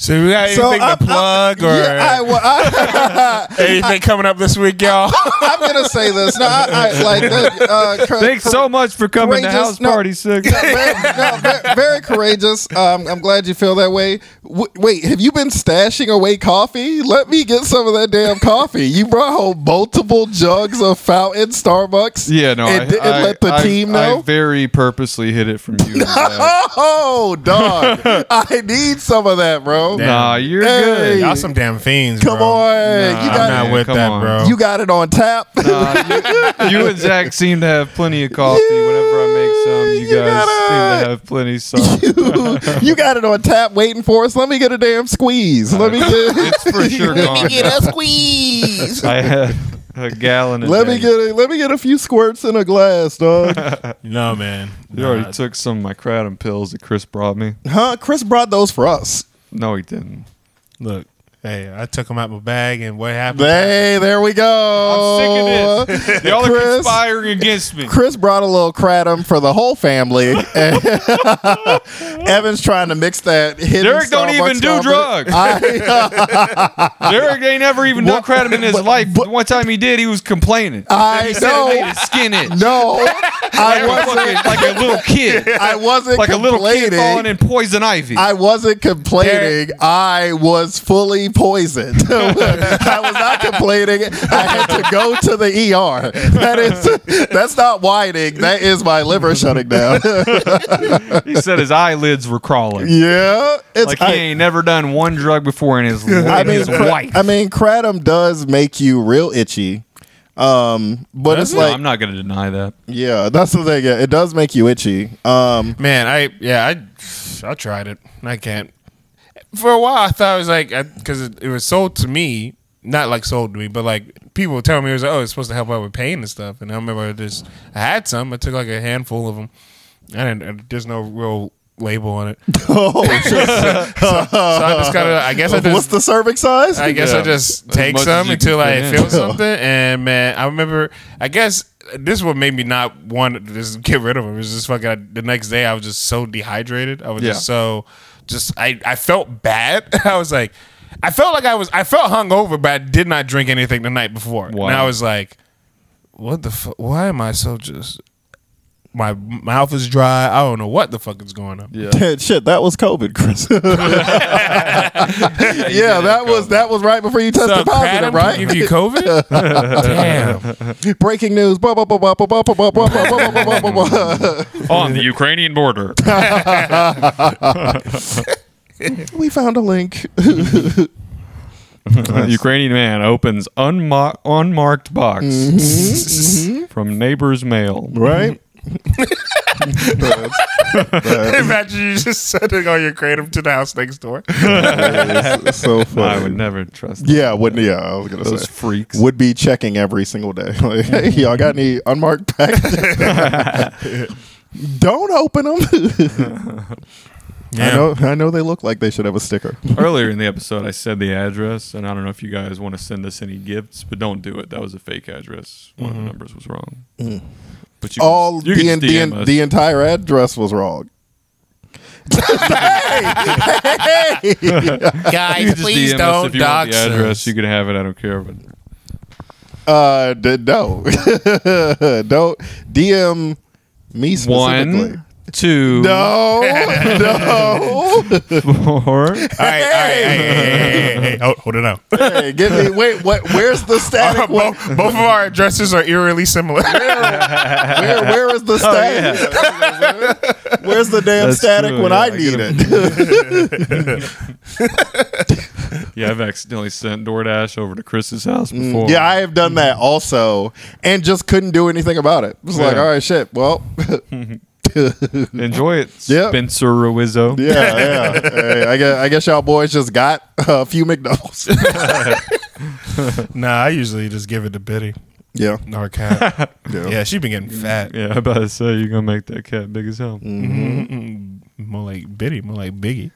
Speaker 1: So we got anything
Speaker 3: So
Speaker 1: to
Speaker 3: I- I-
Speaker 1: plug or
Speaker 3: Yeah, I, well, I,
Speaker 1: anything coming up this week, y'all?
Speaker 3: I'm gonna say this. No, I, I like. that, Uh, cor-
Speaker 2: Thanks
Speaker 3: cor-
Speaker 2: so much for coming to
Speaker 3: courageous-
Speaker 2: House
Speaker 3: no.
Speaker 2: Party Six.
Speaker 3: very, no, very, very courageous. Um, I'm glad you feel that way. W- wait, have you been stashing away coffee? Let me get some of that damn coffee. You brought home multiple jugs of fountain Starbucks.
Speaker 2: yeah, no,
Speaker 3: and
Speaker 2: I,
Speaker 3: didn't
Speaker 2: I-
Speaker 3: let the
Speaker 2: I-
Speaker 3: team
Speaker 2: I
Speaker 3: know.
Speaker 2: very purposely hid it from you. Dad.
Speaker 3: oh, dog! I need some of that, bro.
Speaker 1: Damn.
Speaker 2: nah, you're
Speaker 3: Hey.
Speaker 2: good.
Speaker 1: y'all some damn fiends.
Speaker 3: Come
Speaker 1: bro.
Speaker 3: on,
Speaker 2: Nah,
Speaker 3: you
Speaker 1: I'm
Speaker 3: got
Speaker 1: not
Speaker 2: man,
Speaker 1: with
Speaker 2: come
Speaker 1: that,
Speaker 2: on.
Speaker 1: bro.
Speaker 3: you got it on tap.
Speaker 2: Uh, you, you and Zach seem to have plenty of coffee. Whenever I make some, you,
Speaker 3: You
Speaker 2: guys
Speaker 3: gotta-
Speaker 2: seem to have plenty. So
Speaker 3: you, you got it on tap waiting for us. Let me get a damn squeeze. Let me get
Speaker 2: it's for sure gone.
Speaker 3: a squeeze.
Speaker 2: I had a gallon. A
Speaker 3: Let me
Speaker 2: day.
Speaker 3: get a, let me get a few squirts in a glass, dog.
Speaker 1: no, man.
Speaker 2: You already took some of my kratom pills that Chris brought me.
Speaker 3: huh? Chris brought those for us.
Speaker 2: No, he didn't.
Speaker 1: Look, hey, I took them out my bag, and what happened?
Speaker 3: Hey, there we go. are
Speaker 2: Y'all
Speaker 3: Chris. conspiring
Speaker 2: against me.
Speaker 3: Chris brought a little kratom for the whole family. Evan's trying to mix that. hidden
Speaker 2: Derek don't even
Speaker 3: Starbucks
Speaker 2: do
Speaker 3: combina-
Speaker 2: drugs.
Speaker 3: I,
Speaker 2: Derek ain't never even done kratom in his
Speaker 3: but-
Speaker 2: life. But, one time he did, he was complaining.
Speaker 3: I
Speaker 2: He said it made
Speaker 3: know.
Speaker 2: his skin itch.
Speaker 3: No, I
Speaker 2: Like a
Speaker 3: wasn't.
Speaker 2: fucking- like a little kid,
Speaker 3: I wasn't
Speaker 2: like a little kid
Speaker 3: complaining.
Speaker 2: falling in poison ivy.
Speaker 3: I wasn't complaining. I was fully poisoned. I was not complaining. I had to go to the ER. That is, that's not whining. That is my liver shutting down.
Speaker 2: he said his eyelids were crawling.
Speaker 3: yeah, it's.
Speaker 2: Like he
Speaker 3: I-
Speaker 2: ain't never done one drug before in his life.
Speaker 3: I mean,
Speaker 2: his
Speaker 3: cra-
Speaker 2: wife.
Speaker 3: I mean, kratom does make you real itchy. Um, but it's
Speaker 2: No,
Speaker 3: like,
Speaker 2: I'm not gonna deny that.
Speaker 3: yeah, that's the thing. Yeah, it does make you itchy. Um,
Speaker 1: Man, I yeah, I I tried it. I can't. For a while, I thought it was like because it, it was sold to me, not like sold to me, but like people were telling me it was like, oh, it's supposed to help out with pain and stuff. And I remember I just I had some. I took like a handful of them. I didn't. I, there's no real label on it, so,
Speaker 3: oh, shit.
Speaker 1: I just kind of. I guess I
Speaker 3: what's
Speaker 1: just.
Speaker 3: the cervix size?
Speaker 1: I guess I just
Speaker 2: As
Speaker 1: take
Speaker 2: much as
Speaker 1: some
Speaker 2: you
Speaker 1: until
Speaker 2: can
Speaker 1: I
Speaker 2: fit in.
Speaker 1: feel something. And man, I remember. I guess this what made me not want to just get rid of them. It was just fucking. The next day, I was just so dehydrated. I was
Speaker 2: Yeah.
Speaker 1: just so just. I I felt bad. I was like, I felt like I was. I felt hungover, but I did not drink anything the night before.
Speaker 2: Wow.
Speaker 1: And I was like, what the fuck? Why am I so just? My mouth is dry. I don't know what the fuck is going on.
Speaker 2: Yeah.
Speaker 3: Shit, that was COVID, Chris. yeah, that was that was right before you tested
Speaker 1: So,
Speaker 3: positive,
Speaker 1: Kratom
Speaker 3: right?
Speaker 1: can give you COVID? Damn.
Speaker 3: Breaking news. Blah, blah, blah, blah, blah, blah, blah, blah, blah, blah, blah, blah, blah, blah.
Speaker 2: On the Ukrainian border.
Speaker 3: we found a link.
Speaker 2: Ukrainian man opens unmo- unmarked box
Speaker 3: Mm-hmm.
Speaker 2: from neighbor's mail.
Speaker 3: Right?
Speaker 1: Imagine you just sending all your kratom to the house next door.
Speaker 3: so
Speaker 2: I
Speaker 3: funny.
Speaker 2: would never trust
Speaker 3: yeah, wouldn't yeah, I was gonna
Speaker 2: those
Speaker 3: say.
Speaker 2: freaks.
Speaker 3: Would be checking every single day. Like, hey,
Speaker 2: Mm-hmm.
Speaker 3: y'all got any unmarked packages? Don't open them.
Speaker 1: Yeah.
Speaker 3: I know. I know they look like they should have a sticker.
Speaker 2: Earlier in the episode, I said the address, and I don't know if you guys want to send us any gifts, but don't do it. That was a fake address. One of the numbers was wrong. But
Speaker 3: Mm-hmm. Mm.
Speaker 2: you,
Speaker 3: All
Speaker 2: you
Speaker 3: the,
Speaker 2: can
Speaker 3: the,
Speaker 2: just DM
Speaker 3: the,
Speaker 2: us.
Speaker 3: entire address was wrong.
Speaker 2: You
Speaker 7: Guys,
Speaker 2: can just
Speaker 7: please
Speaker 2: DM us
Speaker 7: don't
Speaker 2: if you
Speaker 7: dox
Speaker 2: want the address.
Speaker 7: us.
Speaker 2: You can have it. I don't care. But
Speaker 3: Uh, d- no, don't DM me specifically.
Speaker 2: one, two,
Speaker 3: No, no.
Speaker 2: four.
Speaker 1: All right, all right, hey, hey, hey, hey, hey, hey, hold, hold it out.
Speaker 3: hey, give me. Wait, what? Where's the static?
Speaker 1: both, both of our addresses are eerily similar.
Speaker 3: Where, where is the static? Where's the damn
Speaker 2: That's
Speaker 3: static
Speaker 2: true,
Speaker 3: when
Speaker 2: yeah,
Speaker 3: I
Speaker 2: I
Speaker 3: need
Speaker 2: get
Speaker 3: it?
Speaker 2: Yeah, I've accidentally sent DoorDash over to Chris's house before.
Speaker 3: Mm. yeah, I have done that also, and just couldn't do anything about it. It was like,
Speaker 2: Yeah.
Speaker 3: all right, shit. Well,
Speaker 2: enjoy it,
Speaker 3: Yeah.
Speaker 2: Spencer Ruizzo.
Speaker 3: Yeah, yeah. Hey, I guess I guess y'all boys just got a few McDonald's.
Speaker 1: nah, I usually just give it to Biddy
Speaker 3: yeah,
Speaker 1: or Cat.
Speaker 3: yeah.
Speaker 1: yeah, she been getting fat.
Speaker 2: Yeah, I about to say you're gonna make that cat big as hell.
Speaker 3: Mm.
Speaker 1: Mm-mm-mm. More like Biddy, more like Biggie.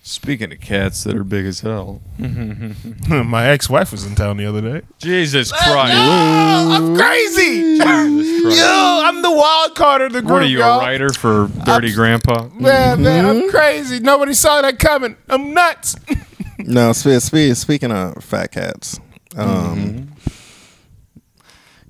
Speaker 2: Speaking of cats that are big as hell,
Speaker 1: My ex-wife was in town the other day.
Speaker 2: Jesus Christ!
Speaker 1: Oh, I'm crazy.
Speaker 2: Jesus Christ.
Speaker 1: Yo, I'm the wild card of the group.
Speaker 2: What are you, a
Speaker 1: y'all.
Speaker 2: writer for Dirty Grandpa?
Speaker 1: Man, man, I'm crazy. Nobody saw that coming. I'm nuts.
Speaker 3: No, spe- spe- speaking of fat cats, um,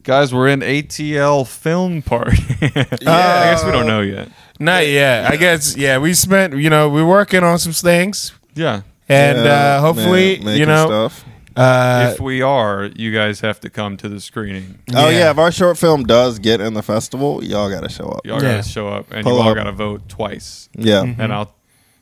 Speaker 2: Guys, we're in ATL Film Park. yeah, I guess we don't know yet.
Speaker 1: Not yet. I guess. Yeah, we spent. You know, we're working on some things,
Speaker 2: Yeah.
Speaker 1: and
Speaker 3: yeah,
Speaker 1: uh, hopefully,
Speaker 3: man, making
Speaker 1: you know,
Speaker 3: Stuff.
Speaker 1: uh,
Speaker 2: if we are, you guys have to come to the screening.
Speaker 3: Oh
Speaker 1: Yeah.
Speaker 3: yeah, if our short film does get in the festival, y'all gotta show up.
Speaker 2: Y'all
Speaker 1: Yeah.
Speaker 2: gotta show up Mm-hmm. and
Speaker 3: Pull
Speaker 2: you all
Speaker 3: up.
Speaker 2: gotta vote twice.
Speaker 3: Yeah,
Speaker 2: And I'll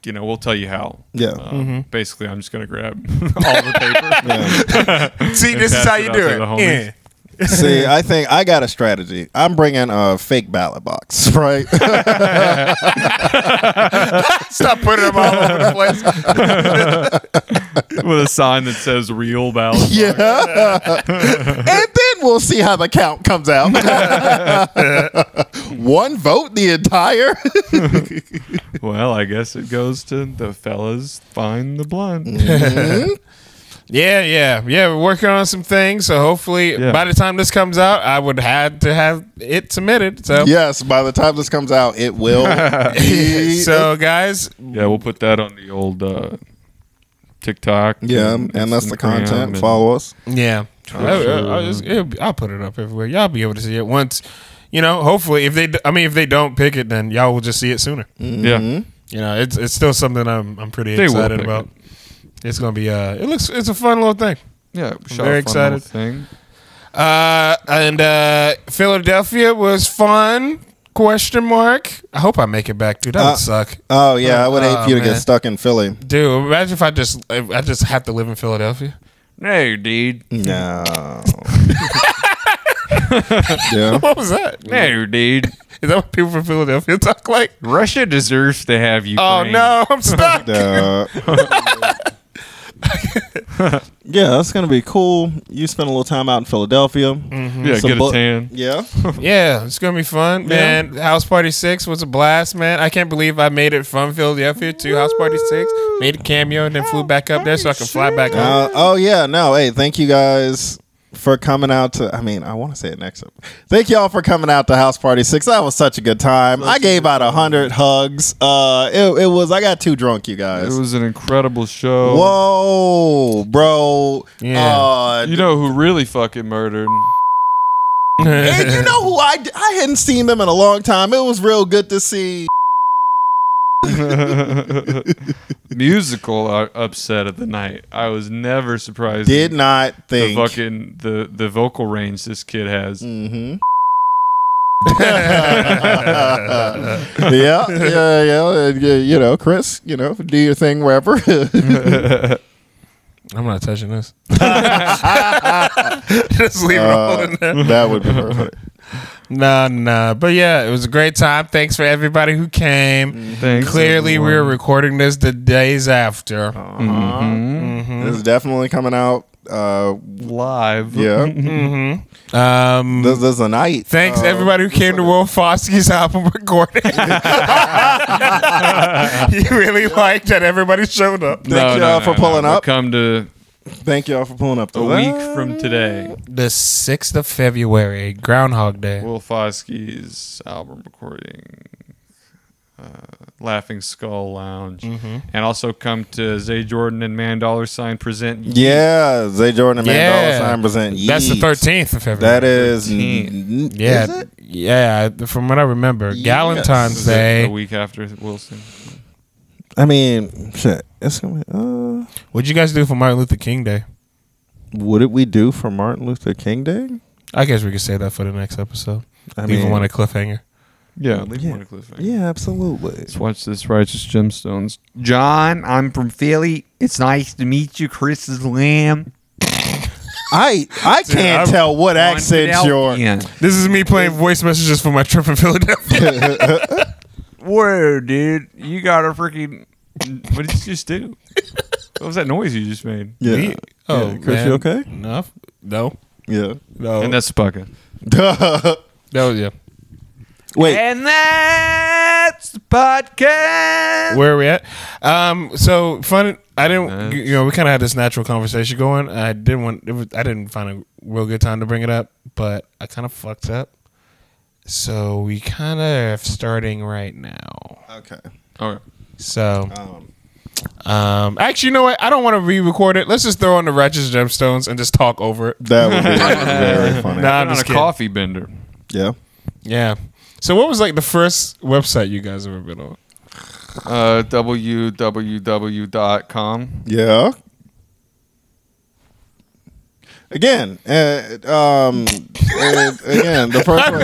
Speaker 2: you know, we'll tell you how.
Speaker 3: Yeah.
Speaker 2: Uh, Basically, I'm just gonna grab all the paper.
Speaker 1: see,
Speaker 2: and
Speaker 1: this is
Speaker 2: pass
Speaker 1: how
Speaker 2: it
Speaker 1: you
Speaker 2: out
Speaker 1: do
Speaker 2: to the
Speaker 1: it.
Speaker 2: homies.
Speaker 1: Yeah.
Speaker 3: See, I think I got a strategy. I'm bringing a fake ballot box, right?
Speaker 1: Stop putting them all over the place.
Speaker 2: with a sign that says "real ballot."
Speaker 3: yeah, and then we'll see how the count comes out. One vote, the entire.
Speaker 2: Well, I guess it goes to the fellas find the blunt.
Speaker 1: Yeah, yeah, yeah. We're working on some things, so hopefully,
Speaker 2: Yeah.
Speaker 1: by the time this comes out, I would had to have it submitted. So,
Speaker 3: yes, by the time this comes out, it will. Be
Speaker 1: so guys,
Speaker 2: Yeah, we'll put that on the old uh, TikTok.
Speaker 3: Yeah, and that's the
Speaker 2: Instagram
Speaker 3: content.
Speaker 2: and-
Speaker 3: Follow us.
Speaker 1: Yeah, I, I, I just, it'll be, I'll put it up everywhere. Y'all be able to see it once. You know, hopefully, if they, d- I mean, if they don't pick it, then y'all will just see it sooner.
Speaker 2: Yeah,
Speaker 3: Mm-hmm.
Speaker 1: You know, it's it's still something I'm I'm pretty
Speaker 2: They will
Speaker 1: excited
Speaker 2: pick
Speaker 1: about. It's gonna be uh, it looks it's a fun little thing.
Speaker 2: yeah. we shot
Speaker 1: very
Speaker 2: a fun little
Speaker 1: excited.
Speaker 2: Thing.
Speaker 1: Uh, and uh, Philadelphia was fun. Question mark. I hope I make it back, dude. That
Speaker 3: Uh,
Speaker 1: would suck,
Speaker 3: Oh yeah, I would hate
Speaker 1: Oh,
Speaker 3: for you to get
Speaker 1: man.
Speaker 3: stuck in Philly.
Speaker 1: dude. Imagine if I just if I just have to live in Philadelphia.
Speaker 2: No, dude.
Speaker 3: No. yeah.
Speaker 1: What was that? Is
Speaker 2: No, dude.
Speaker 1: that what people from Philadelphia talk like?
Speaker 2: Russia deserves to have you.
Speaker 1: Oh no, I'm stuck.
Speaker 3: Duh. yeah, that's gonna be cool. You spent a little time out in Philadelphia.
Speaker 2: Yeah,
Speaker 3: Some
Speaker 2: get
Speaker 3: bu-
Speaker 2: a tan.
Speaker 3: Yeah.
Speaker 1: Yeah, it's gonna be fun, man. House Party Six was a blast, man. I can't believe I made it from Philadelphia to House Party Six, made a cameo, and then flew back up there so I can fly back home.
Speaker 3: Uh, oh yeah. No. Hey, thank you guys for coming out to. I mean, I want to say it next up. Thank y'all for coming out to House Party Six. That was such a good time. I gave out a hundred hugs. Uh, it, it was. I got too drunk, you guys.
Speaker 2: It was uh, an incredible show.
Speaker 3: Whoa, bro.
Speaker 1: Yeah.
Speaker 3: Uh,
Speaker 2: You know who really fucking murdered?
Speaker 3: and you know who I I hadn't seen them in a long time. It was real good to see.
Speaker 2: Musical uh, upset of the night. I was never surprised.
Speaker 3: Did not
Speaker 2: the
Speaker 3: think.
Speaker 2: fucking the the vocal range this kid has.
Speaker 3: Mhm. yeah, yeah, yeah, and, y- You know, Chris, you know, do your thing wherever.
Speaker 1: I'm not touching this. Just leave it all in there.
Speaker 3: Uh, that would be perfect.
Speaker 1: Uh, Nah, nah. But yeah, it was a great time. Thanks for everybody who
Speaker 3: Mm-hmm.
Speaker 1: came.
Speaker 2: Thanks,
Speaker 1: Clearly, we
Speaker 2: everyone.
Speaker 3: Oh.
Speaker 2: Mm-hmm.
Speaker 1: were recording this the days after.
Speaker 2: Hmm?
Speaker 3: It's definitely coming out uh,
Speaker 2: live.
Speaker 3: yeah,
Speaker 1: Um,
Speaker 3: this is a night.
Speaker 1: Thanks everybody who came to Will Foskey's album recording. he really liked that everybody showed up.
Speaker 3: Thank y'all for pulling
Speaker 2: We'll
Speaker 3: up.
Speaker 2: Come to
Speaker 3: Thank y'all for pulling up.
Speaker 2: a week from today.
Speaker 1: The sixth of February, Groundhog Day.
Speaker 2: Will Foskey's album recording, uh, Laughing Skull Lounge, and also come to Zay Jordan and Man Dollar Sign present.
Speaker 3: Yeah, Zay Jordan and
Speaker 1: Yeah.
Speaker 3: Mandela sign present.
Speaker 1: That's the
Speaker 3: Yeats.
Speaker 1: thirteenth of February.
Speaker 3: That is,
Speaker 2: 13th.
Speaker 1: yeah,
Speaker 3: is it?
Speaker 1: yeah. From what I remember,
Speaker 2: This
Speaker 1: Galentine's
Speaker 2: is it,
Speaker 1: Day.
Speaker 2: the week after Wilson.
Speaker 3: I mean, shit. It's gonna. Be, uh,
Speaker 1: What'd you guys do for Martin Luther King Day?
Speaker 3: what did we do for Martin Luther King Day?
Speaker 1: I guess we could say that for the next episode.
Speaker 3: I
Speaker 1: Leave one a cliffhanger.
Speaker 2: Yeah, leave
Speaker 3: yeah.
Speaker 2: him on a cliffhanger.
Speaker 3: yeah, absolutely.
Speaker 2: Let's watch this Righteous Gemstones.
Speaker 5: John, I'm from Philly. It's nice to meet you. Chris is Lamb.
Speaker 3: I I can't
Speaker 1: I'm
Speaker 3: tell what accent you're.
Speaker 5: Yeah.
Speaker 1: This is me playing voice messages for my trip in Philadelphia.
Speaker 2: Whoa, dude. You got a freaking. What did you just do? What was that noise you just made?
Speaker 3: Yeah,
Speaker 1: oh,
Speaker 3: Yeah, Chris, you okay?
Speaker 1: No, no,
Speaker 3: yeah.
Speaker 1: no.
Speaker 2: And that's Spaka.
Speaker 3: Duh.
Speaker 1: that was yeah.
Speaker 3: Wait,
Speaker 5: And that's the podcast.
Speaker 1: where are we at? Um, so fun. I didn't. You know, we kind of had this natural conversation going. I didn't want. It was, I didn't find a real good time to bring it up, but I kind of fucked up. So we kind of starting right now.
Speaker 3: okay.
Speaker 2: All right.
Speaker 1: So, um, actually, you know what? I don't want to re-record it. Let's just throw on the righteous gemstones and just talk over it.
Speaker 3: That would be very funny.
Speaker 1: Nah, I'm
Speaker 2: on
Speaker 1: just
Speaker 2: a
Speaker 1: kidding.
Speaker 2: coffee bender.
Speaker 3: Yeah.
Speaker 1: Yeah. So, what was like the first website you guys ever been on?
Speaker 2: Uh, www.com.
Speaker 3: Yeah. Again, uh, um, uh, again, the first one,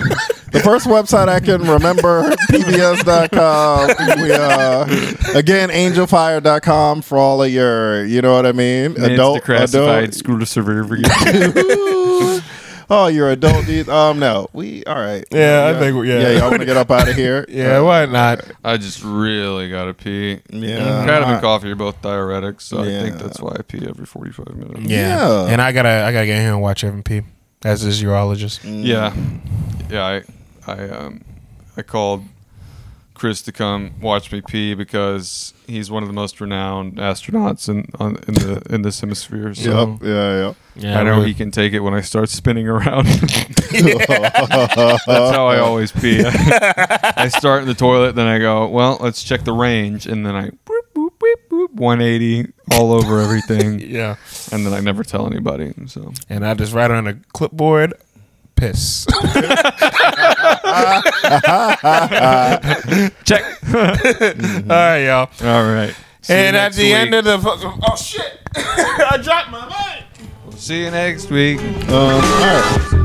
Speaker 3: the first website I can remember, pbs.com. We, uh, again, angelfire.com for all of your, you know what I mean?
Speaker 2: Adult, classified school to survivor.
Speaker 3: Oh, you're adult needs. Um, no, we all right.
Speaker 1: Yeah, I think we- yeah.
Speaker 3: yeah. Y'all want to get up out of here?
Speaker 1: Yeah, why not?
Speaker 2: I just really gotta pee.
Speaker 3: Yeah.
Speaker 2: Crowd and coffee are both diuretics, so I
Speaker 3: Yeah.
Speaker 2: think that's why I pee every forty-five minutes.
Speaker 1: Yeah.
Speaker 3: Yeah.
Speaker 1: And I gotta, I gotta get here and watch Evan P. As his urologist.
Speaker 3: Mm.
Speaker 2: Yeah, yeah. I, I, um, I called Chris to come watch me pee because he's one of the most renowned astronauts in on, in the in this hemisphere. So
Speaker 3: Yep. Yeah.
Speaker 1: Yeah,
Speaker 2: I know
Speaker 1: really.
Speaker 2: he can take it when I start spinning around. That's how I always pee. I start in the toilet, then I go, well, let's check the range, and then I boop, boop, boop, boop, 180 all over everything,
Speaker 1: Yeah.
Speaker 2: and then I never tell anybody. So
Speaker 1: And I just write on a clipboard, piss.
Speaker 2: check.
Speaker 1: All right, y'all.
Speaker 2: all right. Mm-hmm. See you
Speaker 1: and at
Speaker 2: next
Speaker 1: the end
Speaker 2: week.
Speaker 1: of the fucking. Oh, shit. I dropped my mic.
Speaker 2: see you next week.
Speaker 3: Um, all right.